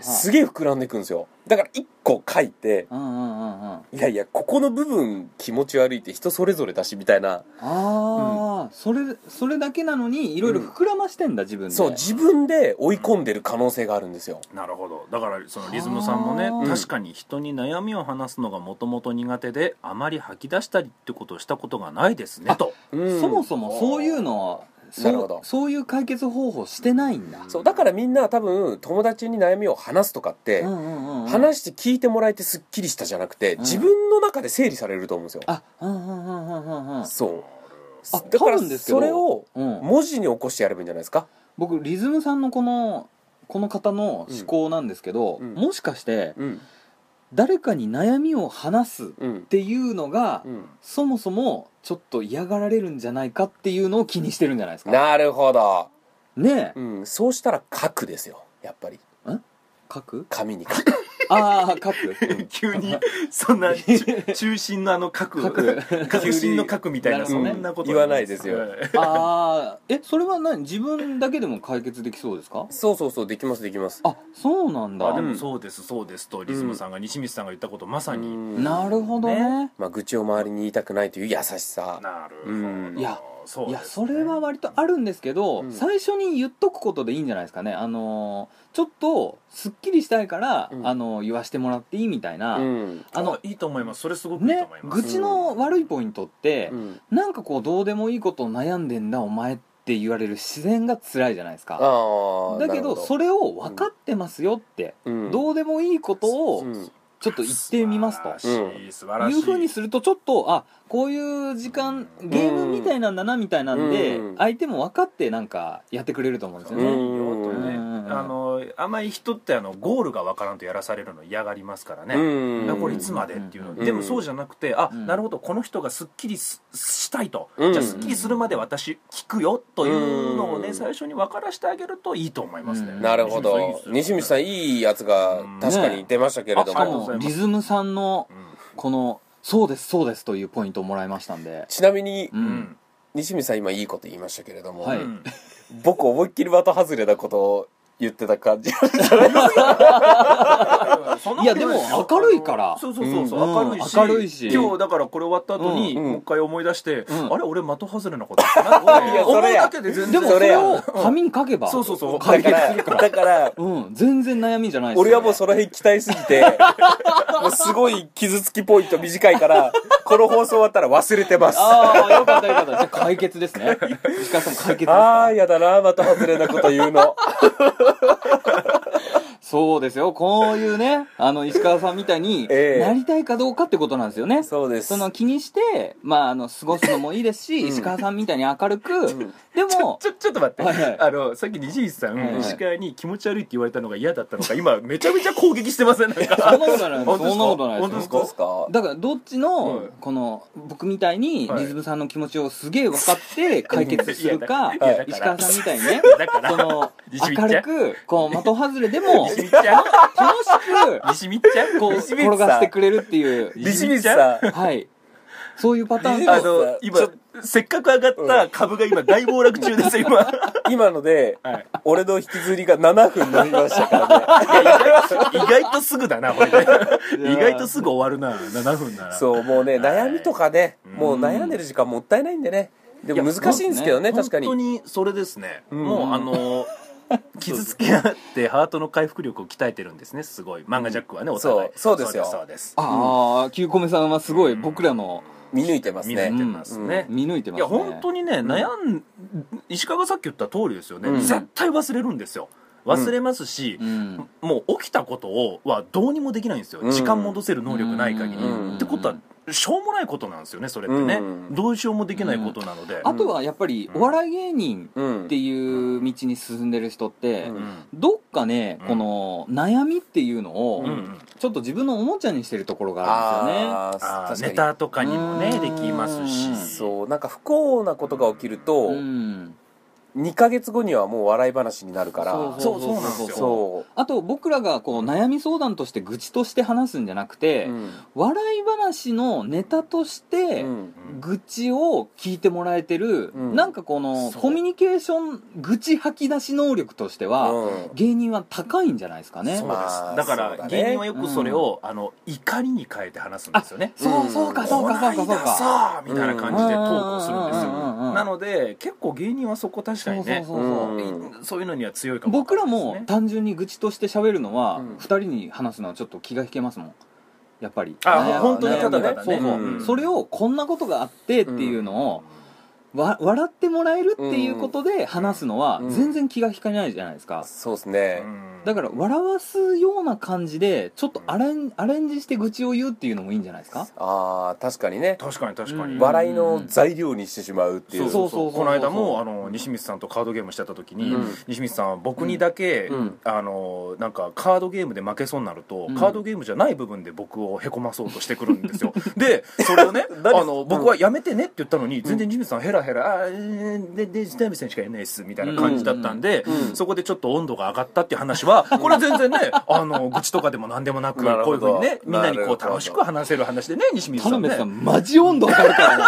[SPEAKER 1] すげえ膨らんでいくんですよだから一個書いて
[SPEAKER 2] うんうんうんうんあ
[SPEAKER 1] いやいやここの部分気持ち悪いって人それぞれだしみたいな
[SPEAKER 2] あ、それそれだけなのにいろいろ膨らましてんだ自分で
[SPEAKER 1] そう自分で追い込んでる可能性があるんですよ
[SPEAKER 3] なるほどだからそのリズムさんも
[SPEAKER 2] あー
[SPEAKER 3] ね確かに人に悩みを話すのがもともと苦手であまり吐き出したりってことをしたことがないですねと
[SPEAKER 1] うん
[SPEAKER 2] そもそもそういうのはそう
[SPEAKER 1] なるほど
[SPEAKER 2] そういう解決方法してないんだ
[SPEAKER 1] そうだからみんな多分友達に悩みを話すとかって、
[SPEAKER 2] うんうんうんうん
[SPEAKER 1] 話して聞いてもらえてすっきりしたじゃなくて、
[SPEAKER 2] ん
[SPEAKER 1] 自分の中で整理されると思うんですよ、
[SPEAKER 2] あうんうんうんうんうんうん
[SPEAKER 1] そう
[SPEAKER 2] あ
[SPEAKER 1] だから
[SPEAKER 2] 多分ですけど
[SPEAKER 1] それを
[SPEAKER 2] うん
[SPEAKER 1] 文字に起こしてやればいいんじゃないですか
[SPEAKER 2] 僕リズムさんのこのこの方の思考なんですけど、
[SPEAKER 1] うん
[SPEAKER 2] もしかして
[SPEAKER 1] うん
[SPEAKER 2] 誰かに悩みを話すっ
[SPEAKER 1] うん
[SPEAKER 2] ていうのが、
[SPEAKER 1] うん
[SPEAKER 2] そもそもちょっと嫌がられるんじゃないかっていうのを気にしてるんじゃないですか
[SPEAKER 1] なるほど、
[SPEAKER 2] ねえ
[SPEAKER 1] うん、そうしたら書くですよやっぱり
[SPEAKER 2] 書く
[SPEAKER 1] 紙に書く
[SPEAKER 2] ああ書く
[SPEAKER 3] *laughs* 急にそ
[SPEAKER 1] *laughs*
[SPEAKER 3] んな中中心のあの核
[SPEAKER 2] 核
[SPEAKER 3] *laughs* 核心の核みたいな
[SPEAKER 2] なる
[SPEAKER 3] そ
[SPEAKER 2] ほどね
[SPEAKER 3] んなこと
[SPEAKER 1] 言わないですよ
[SPEAKER 3] は
[SPEAKER 2] ああえそれは何自分だけでも解決できそうですか
[SPEAKER 1] そうそうそうできますできます
[SPEAKER 2] あそうなんだ
[SPEAKER 3] あで
[SPEAKER 1] う
[SPEAKER 3] も
[SPEAKER 1] ん
[SPEAKER 3] そうですそうですとリズムさんが西光さんが言ったことまさ
[SPEAKER 1] う
[SPEAKER 3] に
[SPEAKER 1] ん
[SPEAKER 2] なるほどね
[SPEAKER 1] まあ、愚痴を周りに言いたくないという優しさ
[SPEAKER 3] なる
[SPEAKER 1] う
[SPEAKER 3] ほ
[SPEAKER 1] ん
[SPEAKER 3] ど
[SPEAKER 2] いや
[SPEAKER 3] そう
[SPEAKER 2] い
[SPEAKER 3] ですね
[SPEAKER 2] やそれは割とあるんですけど、
[SPEAKER 1] うん
[SPEAKER 2] 最初に言っとくことでいいんじゃないですかねあのーちょっとすっきりしたいから、
[SPEAKER 1] うん
[SPEAKER 2] あのー言わしてもらっていいみたいな、
[SPEAKER 1] うん
[SPEAKER 2] あの
[SPEAKER 3] いいと思いますそれすごくいいと
[SPEAKER 2] ね
[SPEAKER 3] 思います
[SPEAKER 2] 愚痴の悪いポイントって
[SPEAKER 1] う、ん
[SPEAKER 2] なんかこうどうでもいいことを悩んでんだお前って言われる自然が辛いじゃないです
[SPEAKER 1] あ
[SPEAKER 2] か
[SPEAKER 1] ー
[SPEAKER 2] だ
[SPEAKER 1] な
[SPEAKER 2] け
[SPEAKER 1] る
[SPEAKER 2] ど
[SPEAKER 1] ほ
[SPEAKER 2] それを分かってますよって、
[SPEAKER 1] うん
[SPEAKER 2] どうでもいいことを
[SPEAKER 1] うん
[SPEAKER 2] ちょっと言ってみますと
[SPEAKER 3] 素晴らしい素晴らし
[SPEAKER 2] い
[SPEAKER 3] いう
[SPEAKER 2] ふうにするとちょっとあこういう時間ゲームみたいなんだなみたいなんで、
[SPEAKER 1] うん
[SPEAKER 2] 相手も分かってなんかやってくれると思うんですよね、
[SPEAKER 1] うん
[SPEAKER 3] いいよとね
[SPEAKER 2] うん
[SPEAKER 3] あのあまり人ってあのゴールがわからんとやらされるの嫌がりますからね、
[SPEAKER 1] うん
[SPEAKER 3] だからこれいつまでっていうのに、
[SPEAKER 1] うん
[SPEAKER 3] でもそうじゃなくてあ、
[SPEAKER 2] うん
[SPEAKER 3] なるほどこの人がすっきりすしたいと、
[SPEAKER 1] うん
[SPEAKER 3] じゃあすっきりするまで私聞くよというのをね、
[SPEAKER 1] うん
[SPEAKER 3] 最初に分からしてあげるといいと思いますね、
[SPEAKER 2] うん
[SPEAKER 1] なるほど西光さんいいやつが確かに出ましたけれども、
[SPEAKER 2] しか
[SPEAKER 3] ねありがとうござい
[SPEAKER 2] も
[SPEAKER 3] ます
[SPEAKER 2] リズムさんの
[SPEAKER 3] ん
[SPEAKER 2] この「そうですそうです」というポイントをもらいましたんで、
[SPEAKER 1] ちなみに
[SPEAKER 2] う
[SPEAKER 3] うん
[SPEAKER 2] ん、
[SPEAKER 1] 西見さん今いいこと言いましたけれども、
[SPEAKER 2] はい
[SPEAKER 3] うん
[SPEAKER 1] 僕思いっきり的外れなことを言ってた感じ。
[SPEAKER 2] いやでも明るいから
[SPEAKER 3] そうそうそうそう、
[SPEAKER 2] うん
[SPEAKER 3] 明るいし
[SPEAKER 2] 明るいし
[SPEAKER 3] 今日だからこれ終わった後に、
[SPEAKER 1] うんうん
[SPEAKER 3] もう一回思い出して、
[SPEAKER 2] うん
[SPEAKER 3] あれ俺的外れなことやったなっ
[SPEAKER 1] い
[SPEAKER 3] て
[SPEAKER 1] や
[SPEAKER 3] 思
[SPEAKER 1] そうれや
[SPEAKER 3] だけで全然
[SPEAKER 2] でも
[SPEAKER 1] そ
[SPEAKER 2] そ
[SPEAKER 1] れ
[SPEAKER 2] れ
[SPEAKER 1] や
[SPEAKER 2] を紙に書けば
[SPEAKER 3] そうそうそう
[SPEAKER 1] だ
[SPEAKER 2] 解
[SPEAKER 1] か
[SPEAKER 2] 決
[SPEAKER 1] ら、
[SPEAKER 2] するから
[SPEAKER 1] だから、
[SPEAKER 2] うん全然悩みじゃないです
[SPEAKER 1] 俺はもうその辺期待すぎて、もうすごい傷つきポイント短いから、この放送終わったら忘れてます。
[SPEAKER 2] ああよかったよかったじゃあ解決で
[SPEAKER 3] *laughs*
[SPEAKER 2] すね石川さん解決です
[SPEAKER 1] あ
[SPEAKER 2] か
[SPEAKER 1] あ、やだな、また外れなこと言うの。
[SPEAKER 2] そうですよこういうねあの石川さんみたいに
[SPEAKER 1] ええ
[SPEAKER 2] なりたいかどうかってことなんですよね
[SPEAKER 1] そうです。
[SPEAKER 2] その気にして、まあ、あの過ごすのもいいですし、
[SPEAKER 1] うん
[SPEAKER 2] 石川さんみたいに明るく、
[SPEAKER 1] ん
[SPEAKER 2] でも
[SPEAKER 3] ちょちょっと待って、
[SPEAKER 2] はいはい
[SPEAKER 3] あのさっき西石さん、
[SPEAKER 2] はいはい
[SPEAKER 3] 石川に気持ち悪いって言われたのが嫌だったのか今めちゃめちゃ攻撃してませんなんか
[SPEAKER 2] *laughs* そんなことない
[SPEAKER 3] 本当ですか
[SPEAKER 2] そんなことな
[SPEAKER 3] 本
[SPEAKER 2] い
[SPEAKER 3] 当
[SPEAKER 2] で
[SPEAKER 3] ですす
[SPEAKER 2] よ
[SPEAKER 3] か
[SPEAKER 1] どうですか
[SPEAKER 2] だからどっちの、
[SPEAKER 3] はい
[SPEAKER 2] この僕みたいに
[SPEAKER 3] はい
[SPEAKER 2] リズムさんの気持ちをすげえ分かって解決する
[SPEAKER 3] *laughs*
[SPEAKER 2] か
[SPEAKER 3] いやだから
[SPEAKER 2] 石川さんみたいにね
[SPEAKER 3] *laughs* だから
[SPEAKER 2] その
[SPEAKER 3] 西見ちゃ
[SPEAKER 2] 明
[SPEAKER 3] ん
[SPEAKER 2] るくこう的外れでも
[SPEAKER 3] 西見っちゃん
[SPEAKER 2] 楽し
[SPEAKER 3] 西見っちゃん
[SPEAKER 2] くこう
[SPEAKER 1] 西見さん
[SPEAKER 2] 転がしてくれるっていう
[SPEAKER 1] リシミさん。
[SPEAKER 2] はいそういうパターン
[SPEAKER 1] 西見
[SPEAKER 2] と
[SPEAKER 3] あ
[SPEAKER 1] さん
[SPEAKER 3] の今
[SPEAKER 1] ちょ
[SPEAKER 3] せっかく上がった株が今大暴落中ですよ今は
[SPEAKER 1] 今ので、
[SPEAKER 3] い
[SPEAKER 1] 俺の引きずりが7分伸びましたからね。
[SPEAKER 3] 意外とすぐだなこれね意外とすぐ終わるな7分なら
[SPEAKER 1] そう、もうね、
[SPEAKER 3] はい
[SPEAKER 1] 悩みとかね、
[SPEAKER 3] うん
[SPEAKER 1] もう悩んでる時間もったいないんでね。でも
[SPEAKER 3] いや
[SPEAKER 1] 難しいんですけどね、確かに。
[SPEAKER 3] 本当にそれですね、
[SPEAKER 1] うん
[SPEAKER 3] もう
[SPEAKER 1] *laughs*
[SPEAKER 3] あの傷つき合ってハートの回復力を鍛えてるんですねすごい漫画ジャックはねお互い
[SPEAKER 1] そうそうですよ
[SPEAKER 3] そうですそうで
[SPEAKER 2] ああ九個目さんはすごい僕らの
[SPEAKER 1] 見抜いてます
[SPEAKER 3] 見
[SPEAKER 1] ね
[SPEAKER 3] 抜い。てますね、
[SPEAKER 2] 見抜いてま
[SPEAKER 3] い
[SPEAKER 2] す
[SPEAKER 3] や
[SPEAKER 2] ね
[SPEAKER 3] 本当にね、
[SPEAKER 1] ん
[SPEAKER 3] 悩ん石川がさっき言った通りですよね、
[SPEAKER 1] うん
[SPEAKER 3] 絶対忘れるんですよ忘れますし、
[SPEAKER 2] うん
[SPEAKER 3] もう起きたことをはどうにもできないんですよ、
[SPEAKER 1] うん
[SPEAKER 3] 時間戻せる能力ない限り、
[SPEAKER 1] うん
[SPEAKER 3] ってことはしょうもないことなんですよねそれってね、
[SPEAKER 1] うん
[SPEAKER 3] どうしようもできないことなので、
[SPEAKER 2] あとはやっぱりお笑い芸人
[SPEAKER 1] うん
[SPEAKER 2] っていう道に進んでる人って、
[SPEAKER 1] うん
[SPEAKER 2] どっかね、
[SPEAKER 3] うん
[SPEAKER 2] この悩みっていうの
[SPEAKER 3] う
[SPEAKER 2] を、
[SPEAKER 3] んうん
[SPEAKER 2] ちょっと自分のおもちゃにしてるところがあるんですよね。
[SPEAKER 1] あー
[SPEAKER 3] あー
[SPEAKER 1] 確か
[SPEAKER 3] ネ
[SPEAKER 1] に
[SPEAKER 3] タとかにもね
[SPEAKER 2] うん
[SPEAKER 3] できますし
[SPEAKER 1] そうなんか不幸なことが起きると、
[SPEAKER 2] うん、
[SPEAKER 1] 2ヶ月後にはもう笑い話になるから
[SPEAKER 2] そう
[SPEAKER 3] そうそうなんですよ
[SPEAKER 1] そ
[SPEAKER 2] あと僕らがこう悩み相談として愚痴として話すんじゃなくて、
[SPEAKER 1] うん
[SPEAKER 2] 笑い話のネタとして
[SPEAKER 1] うん
[SPEAKER 3] うん
[SPEAKER 2] 愚痴を聞いてもらえてる、
[SPEAKER 1] うん
[SPEAKER 2] なんかこの
[SPEAKER 3] そう
[SPEAKER 2] コミュニケーション愚痴吐き出し能力としては、
[SPEAKER 1] うん
[SPEAKER 2] 芸人は高いんじゃないですかね。
[SPEAKER 3] そう
[SPEAKER 1] ま
[SPEAKER 3] で
[SPEAKER 1] あ
[SPEAKER 3] すだか
[SPEAKER 1] そうだね
[SPEAKER 3] ら芸人はよくそれを、あの怒りに変えて話すんですよね
[SPEAKER 2] そう
[SPEAKER 1] うん
[SPEAKER 2] そうかそうかそうかそ
[SPEAKER 3] こな
[SPEAKER 2] う
[SPEAKER 3] いだ
[SPEAKER 2] か。
[SPEAKER 3] さみたいな感じでトークをするんですよ、
[SPEAKER 2] うんうんうんうん
[SPEAKER 3] なので結構芸人はそこ確かにね
[SPEAKER 2] そうそうそう
[SPEAKER 3] い
[SPEAKER 1] ん
[SPEAKER 3] そういうのには強いかも
[SPEAKER 2] 僕ら
[SPEAKER 3] わか
[SPEAKER 2] も
[SPEAKER 3] んないですね
[SPEAKER 2] 単純に愚痴として喋るのは、
[SPEAKER 1] うん
[SPEAKER 2] 二人に話すのはちょっと気が引けますもんやっぱり
[SPEAKER 3] あ
[SPEAKER 2] 悩み
[SPEAKER 1] 本当に
[SPEAKER 2] 悩み
[SPEAKER 1] ただね
[SPEAKER 2] がそうそう、
[SPEAKER 1] うん
[SPEAKER 2] それをこんなことがあってっていうのを、わ笑ってもらえるっていうことで話すのは
[SPEAKER 1] うん
[SPEAKER 2] 全然気が引かないじゃないですか、
[SPEAKER 1] そうですね、
[SPEAKER 3] うん
[SPEAKER 2] だから笑わすような感じでちょっとアレンアレンジして愚痴を言うっていうのもいいんじゃないですか
[SPEAKER 1] ああ確かにね
[SPEAKER 3] 確かに確かに、
[SPEAKER 2] うん
[SPEAKER 1] 笑いの材料にしてしまうっていう
[SPEAKER 3] そう
[SPEAKER 1] う
[SPEAKER 3] そう
[SPEAKER 2] そうそうそ
[SPEAKER 3] そう
[SPEAKER 2] う
[SPEAKER 3] この間
[SPEAKER 2] そう
[SPEAKER 3] もあの西光さんとカードゲームしてた時に、
[SPEAKER 1] うん
[SPEAKER 3] 西光さんは僕にだけ、
[SPEAKER 1] うん
[SPEAKER 3] あのなんかカードゲームで負けそうになると、
[SPEAKER 2] うん
[SPEAKER 3] カードゲームじゃない部分で僕をへこまそうとしてくるんで
[SPEAKER 1] *laughs*
[SPEAKER 3] すよでそれをねあの僕はやめてねって言ったのに、全然西光さんヘラヘラ「あーでデジタイムさんしかやんないっす」みたいな感じだったんで、
[SPEAKER 1] うんうん
[SPEAKER 3] そこでちょっと温度が上がったっていう話
[SPEAKER 1] *laughs*
[SPEAKER 3] はこれ全然ねあの愚痴とかでも何でもなく
[SPEAKER 1] なる
[SPEAKER 3] こ
[SPEAKER 1] ほ
[SPEAKER 3] ういう
[SPEAKER 1] ど
[SPEAKER 3] ふうにねみんなに
[SPEAKER 1] なるほ
[SPEAKER 3] こう
[SPEAKER 1] ど
[SPEAKER 3] 楽しく話せる話でね西光さ
[SPEAKER 2] 田
[SPEAKER 3] ん
[SPEAKER 2] 辺
[SPEAKER 3] ね
[SPEAKER 2] さんマジ温度上がるから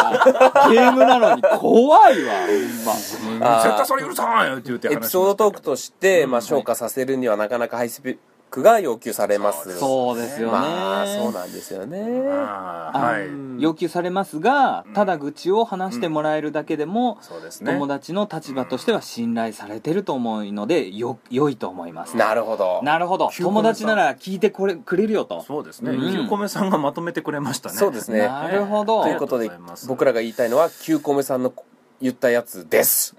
[SPEAKER 2] なゲームなのに怖いわほ
[SPEAKER 3] う
[SPEAKER 2] んま
[SPEAKER 3] ん
[SPEAKER 1] あー
[SPEAKER 3] 絶対それ許さんよって言って話
[SPEAKER 1] エピソードトークとして、まあ、消化させるにはなかなかハイスペックが要求されます
[SPEAKER 2] そうですよね、
[SPEAKER 1] まあそうなんですよね
[SPEAKER 3] あー
[SPEAKER 2] あの
[SPEAKER 3] はい
[SPEAKER 2] 要求されますがただ愚痴を話してもらえるだけでも、
[SPEAKER 3] そうですね
[SPEAKER 2] 友達の立場としては信頼されてると思うのでよ良いと思います
[SPEAKER 1] なるほど
[SPEAKER 2] なるほど
[SPEAKER 3] 急に
[SPEAKER 2] 友達なら聞いてこれくれるよと
[SPEAKER 3] そうですね、
[SPEAKER 2] うん
[SPEAKER 3] ゆうこめさんがまとめてくれましたね
[SPEAKER 1] そうですね
[SPEAKER 2] なるほど
[SPEAKER 1] とい
[SPEAKER 2] あり
[SPEAKER 1] う
[SPEAKER 2] が
[SPEAKER 1] ことで僕
[SPEAKER 3] ら
[SPEAKER 1] らが言いたいのは9個目さんの言ったやつです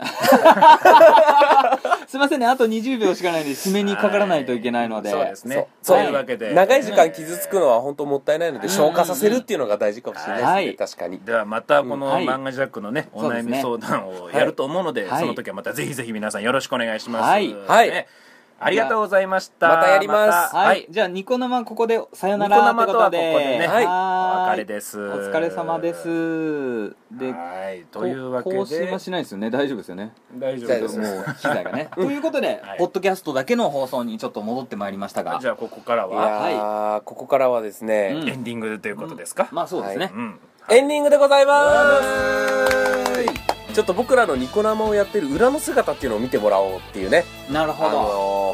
[SPEAKER 2] すいませんねあと20秒しかないんで締めにかからないといけないので、
[SPEAKER 3] そうですね
[SPEAKER 1] そう
[SPEAKER 3] そ
[SPEAKER 1] そうう
[SPEAKER 3] いうわけで、
[SPEAKER 1] 長い時間傷つくのは本当もったいないので
[SPEAKER 2] うん
[SPEAKER 1] 消化させるっていうのが大事かもしれ
[SPEAKER 2] は
[SPEAKER 1] ないで
[SPEAKER 2] い
[SPEAKER 1] すね確かに
[SPEAKER 3] ではまたこ
[SPEAKER 2] うん
[SPEAKER 3] の
[SPEAKER 2] はい
[SPEAKER 3] 漫画ジャックのね、
[SPEAKER 2] そ
[SPEAKER 3] お
[SPEAKER 2] うで
[SPEAKER 3] 悩
[SPEAKER 2] す
[SPEAKER 3] み
[SPEAKER 2] ね
[SPEAKER 3] 相談をやると思うので、
[SPEAKER 2] はい
[SPEAKER 3] その時はまたぜひぜひ皆さんよろしくお願いします
[SPEAKER 2] はい
[SPEAKER 1] はい
[SPEAKER 3] ねありがとうございました
[SPEAKER 1] またやります
[SPEAKER 3] また
[SPEAKER 2] は、
[SPEAKER 3] はいい
[SPEAKER 2] じゃあニコ生ここでさよな
[SPEAKER 3] ニコ
[SPEAKER 2] ら
[SPEAKER 3] 生
[SPEAKER 2] とい
[SPEAKER 3] と
[SPEAKER 2] うこと
[SPEAKER 3] は
[SPEAKER 2] で
[SPEAKER 3] ここでね
[SPEAKER 1] はい
[SPEAKER 2] は
[SPEAKER 3] お
[SPEAKER 2] い
[SPEAKER 3] 別れです
[SPEAKER 2] お疲れ様ですで
[SPEAKER 3] はいというわけで
[SPEAKER 2] 更新はしないですよね大丈夫ですよね
[SPEAKER 3] 大丈夫
[SPEAKER 1] 大丈
[SPEAKER 3] で
[SPEAKER 1] 夫
[SPEAKER 3] す
[SPEAKER 1] で
[SPEAKER 2] もう機材がねということで、
[SPEAKER 3] はい
[SPEAKER 2] ポッドキャストだけの放送にちょっと戻ってまいりましたが
[SPEAKER 3] じゃあここから
[SPEAKER 1] い
[SPEAKER 3] は
[SPEAKER 1] やーここからはですね
[SPEAKER 2] うん
[SPEAKER 3] エンディングということですか、
[SPEAKER 2] まあそうですね、
[SPEAKER 1] は
[SPEAKER 3] うん
[SPEAKER 1] エンディングでございますちょっと僕らのニコ生をやってる裏の姿っていうのを見てもらおうっていうね
[SPEAKER 2] なる
[SPEAKER 1] あ
[SPEAKER 2] ほど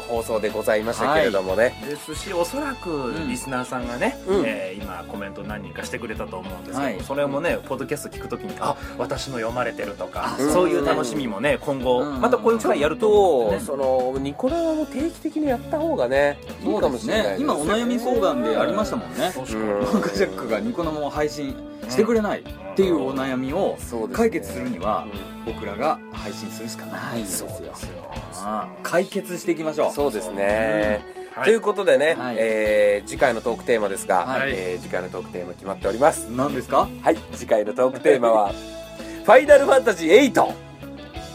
[SPEAKER 1] の放送でございましたけれどもね、
[SPEAKER 3] ですしおそらく
[SPEAKER 2] うん
[SPEAKER 3] リスナーさんがね、
[SPEAKER 1] うん
[SPEAKER 3] えー今コメント何人かしてくれたと思うんですけど、
[SPEAKER 2] はい
[SPEAKER 3] それもねポッドキャスト聞くときにあ私の読まれてるとか
[SPEAKER 2] あ
[SPEAKER 3] そういう楽しみもね今後
[SPEAKER 2] うん
[SPEAKER 3] またこういう
[SPEAKER 1] ち
[SPEAKER 3] 機
[SPEAKER 1] ょっ
[SPEAKER 3] 会やると思うん
[SPEAKER 1] と
[SPEAKER 3] で、す
[SPEAKER 1] そ
[SPEAKER 3] よね
[SPEAKER 1] のニコ生も定期的にやった方がねい
[SPEAKER 2] そ
[SPEAKER 1] いうか
[SPEAKER 2] で
[SPEAKER 1] も
[SPEAKER 2] す
[SPEAKER 1] しれない
[SPEAKER 2] ね今お悩み相談でありましたもんね
[SPEAKER 3] 確
[SPEAKER 1] うん
[SPEAKER 2] マガジャックがニコ生を配信してくれないっていうお悩みを
[SPEAKER 1] そうですね
[SPEAKER 2] 解決するには
[SPEAKER 1] うん
[SPEAKER 2] 僕らが配信するしかないんですよ
[SPEAKER 1] そうですよ
[SPEAKER 2] ああ解決していきましょう
[SPEAKER 1] そうですね、
[SPEAKER 3] はい
[SPEAKER 1] ということでね、
[SPEAKER 2] はい
[SPEAKER 1] えー次回のトークテーマですが、
[SPEAKER 2] はい
[SPEAKER 1] えー次回のトークテーマ決まっております
[SPEAKER 2] 何ですか
[SPEAKER 1] はい次回のトークテーマは *laughs* 「ファイナルファンタジー8」と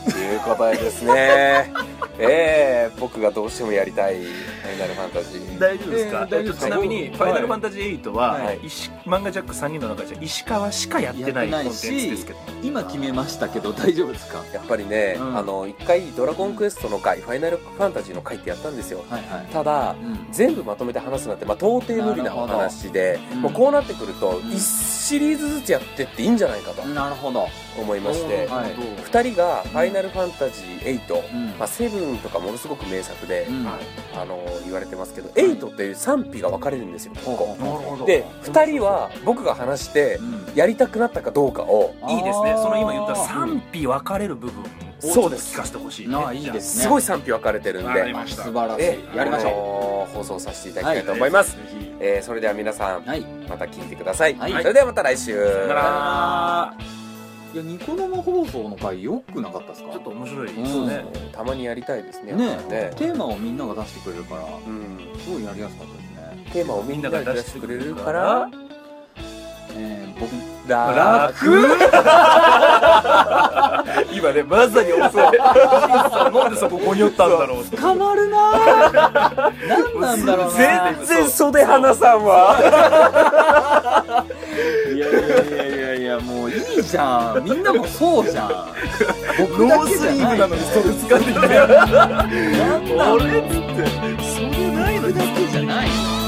[SPEAKER 1] いうことでですねえー、僕がどうしてもやりたい「ファイナルファンタジー」
[SPEAKER 3] 大丈夫ですか
[SPEAKER 2] えー、大丈夫ですか
[SPEAKER 3] ちなみに「
[SPEAKER 2] はい
[SPEAKER 3] ファイナルファンタジー8は」
[SPEAKER 2] はい
[SPEAKER 3] 石漫画ジャック3人の中じゃ石川しかやってないコ
[SPEAKER 2] や
[SPEAKER 3] ン
[SPEAKER 2] って
[SPEAKER 3] テ
[SPEAKER 2] な
[SPEAKER 3] ンツ
[SPEAKER 2] いし
[SPEAKER 3] ですけど
[SPEAKER 2] 今決めましたけど大丈夫ですか
[SPEAKER 1] やっぱりね、
[SPEAKER 2] うん
[SPEAKER 1] あの一回「ドラゴンクエスト」の回「ファイナルファンタジー」の回ってやったんですよ
[SPEAKER 2] はいはい
[SPEAKER 1] ただ
[SPEAKER 2] うん
[SPEAKER 1] 全部まとめて話すなんて、まあ、到底無理なお話で
[SPEAKER 2] なるほどうん
[SPEAKER 1] もうこうなってくると
[SPEAKER 2] ん
[SPEAKER 1] 1シリーズずつやってっていいんじゃないかと
[SPEAKER 2] なるほど
[SPEAKER 1] 思いまして、
[SPEAKER 2] はい
[SPEAKER 1] 2人が「ファイナルファンタジー8」
[SPEAKER 2] うん
[SPEAKER 1] まあ、7とかものすごく名作で、
[SPEAKER 2] うん
[SPEAKER 3] はい
[SPEAKER 1] あの言われてますけど8っていう賛否が分かれるんですよ結
[SPEAKER 2] ほうほ
[SPEAKER 1] 構
[SPEAKER 2] う
[SPEAKER 3] なるほど
[SPEAKER 1] で2人は僕が話して
[SPEAKER 2] うん
[SPEAKER 1] やりたくなったかどうかを
[SPEAKER 3] いいですね
[SPEAKER 2] あー
[SPEAKER 3] その今言った賛否分かれる部分をちょっと聞かせてほしいね
[SPEAKER 2] なあいいですね
[SPEAKER 1] すごい賛否分かれてるん
[SPEAKER 3] わかり
[SPEAKER 1] で
[SPEAKER 3] ま
[SPEAKER 2] 素晴らしいやりましょ
[SPEAKER 1] ょう放送させていただきたいと思います、
[SPEAKER 3] ぜひぜひ
[SPEAKER 1] えーそれでは皆さん
[SPEAKER 2] うはいい
[SPEAKER 1] また聞いてください、
[SPEAKER 2] はい
[SPEAKER 1] それではまた来週
[SPEAKER 3] さよなら
[SPEAKER 2] やニコ生放送の回よくなかったですか
[SPEAKER 3] ちょっと面白いですね、
[SPEAKER 1] たまにやりたいですね
[SPEAKER 2] ね
[SPEAKER 1] やっぱりね
[SPEAKER 2] テーマをみんなが出してくれるから
[SPEAKER 1] うん、
[SPEAKER 2] すごいやりやすかったですね
[SPEAKER 1] テーマをみんなが出してくれるから
[SPEAKER 2] えー僕
[SPEAKER 1] *laughs* 今ねまさに遅い
[SPEAKER 3] なんでそこごにょったんだろうって
[SPEAKER 2] 捕まるなぁ何なんだろうな
[SPEAKER 1] 全然 *laughs* 袖花さんは
[SPEAKER 2] いやいやいやいやいやもういいじゃんみんなもそうじゃん僕だけじゃ
[SPEAKER 1] ノース
[SPEAKER 2] ない
[SPEAKER 1] リーブなのに袖掴んできて
[SPEAKER 2] なんだろう
[SPEAKER 3] それないの
[SPEAKER 2] 僕だけじゃないの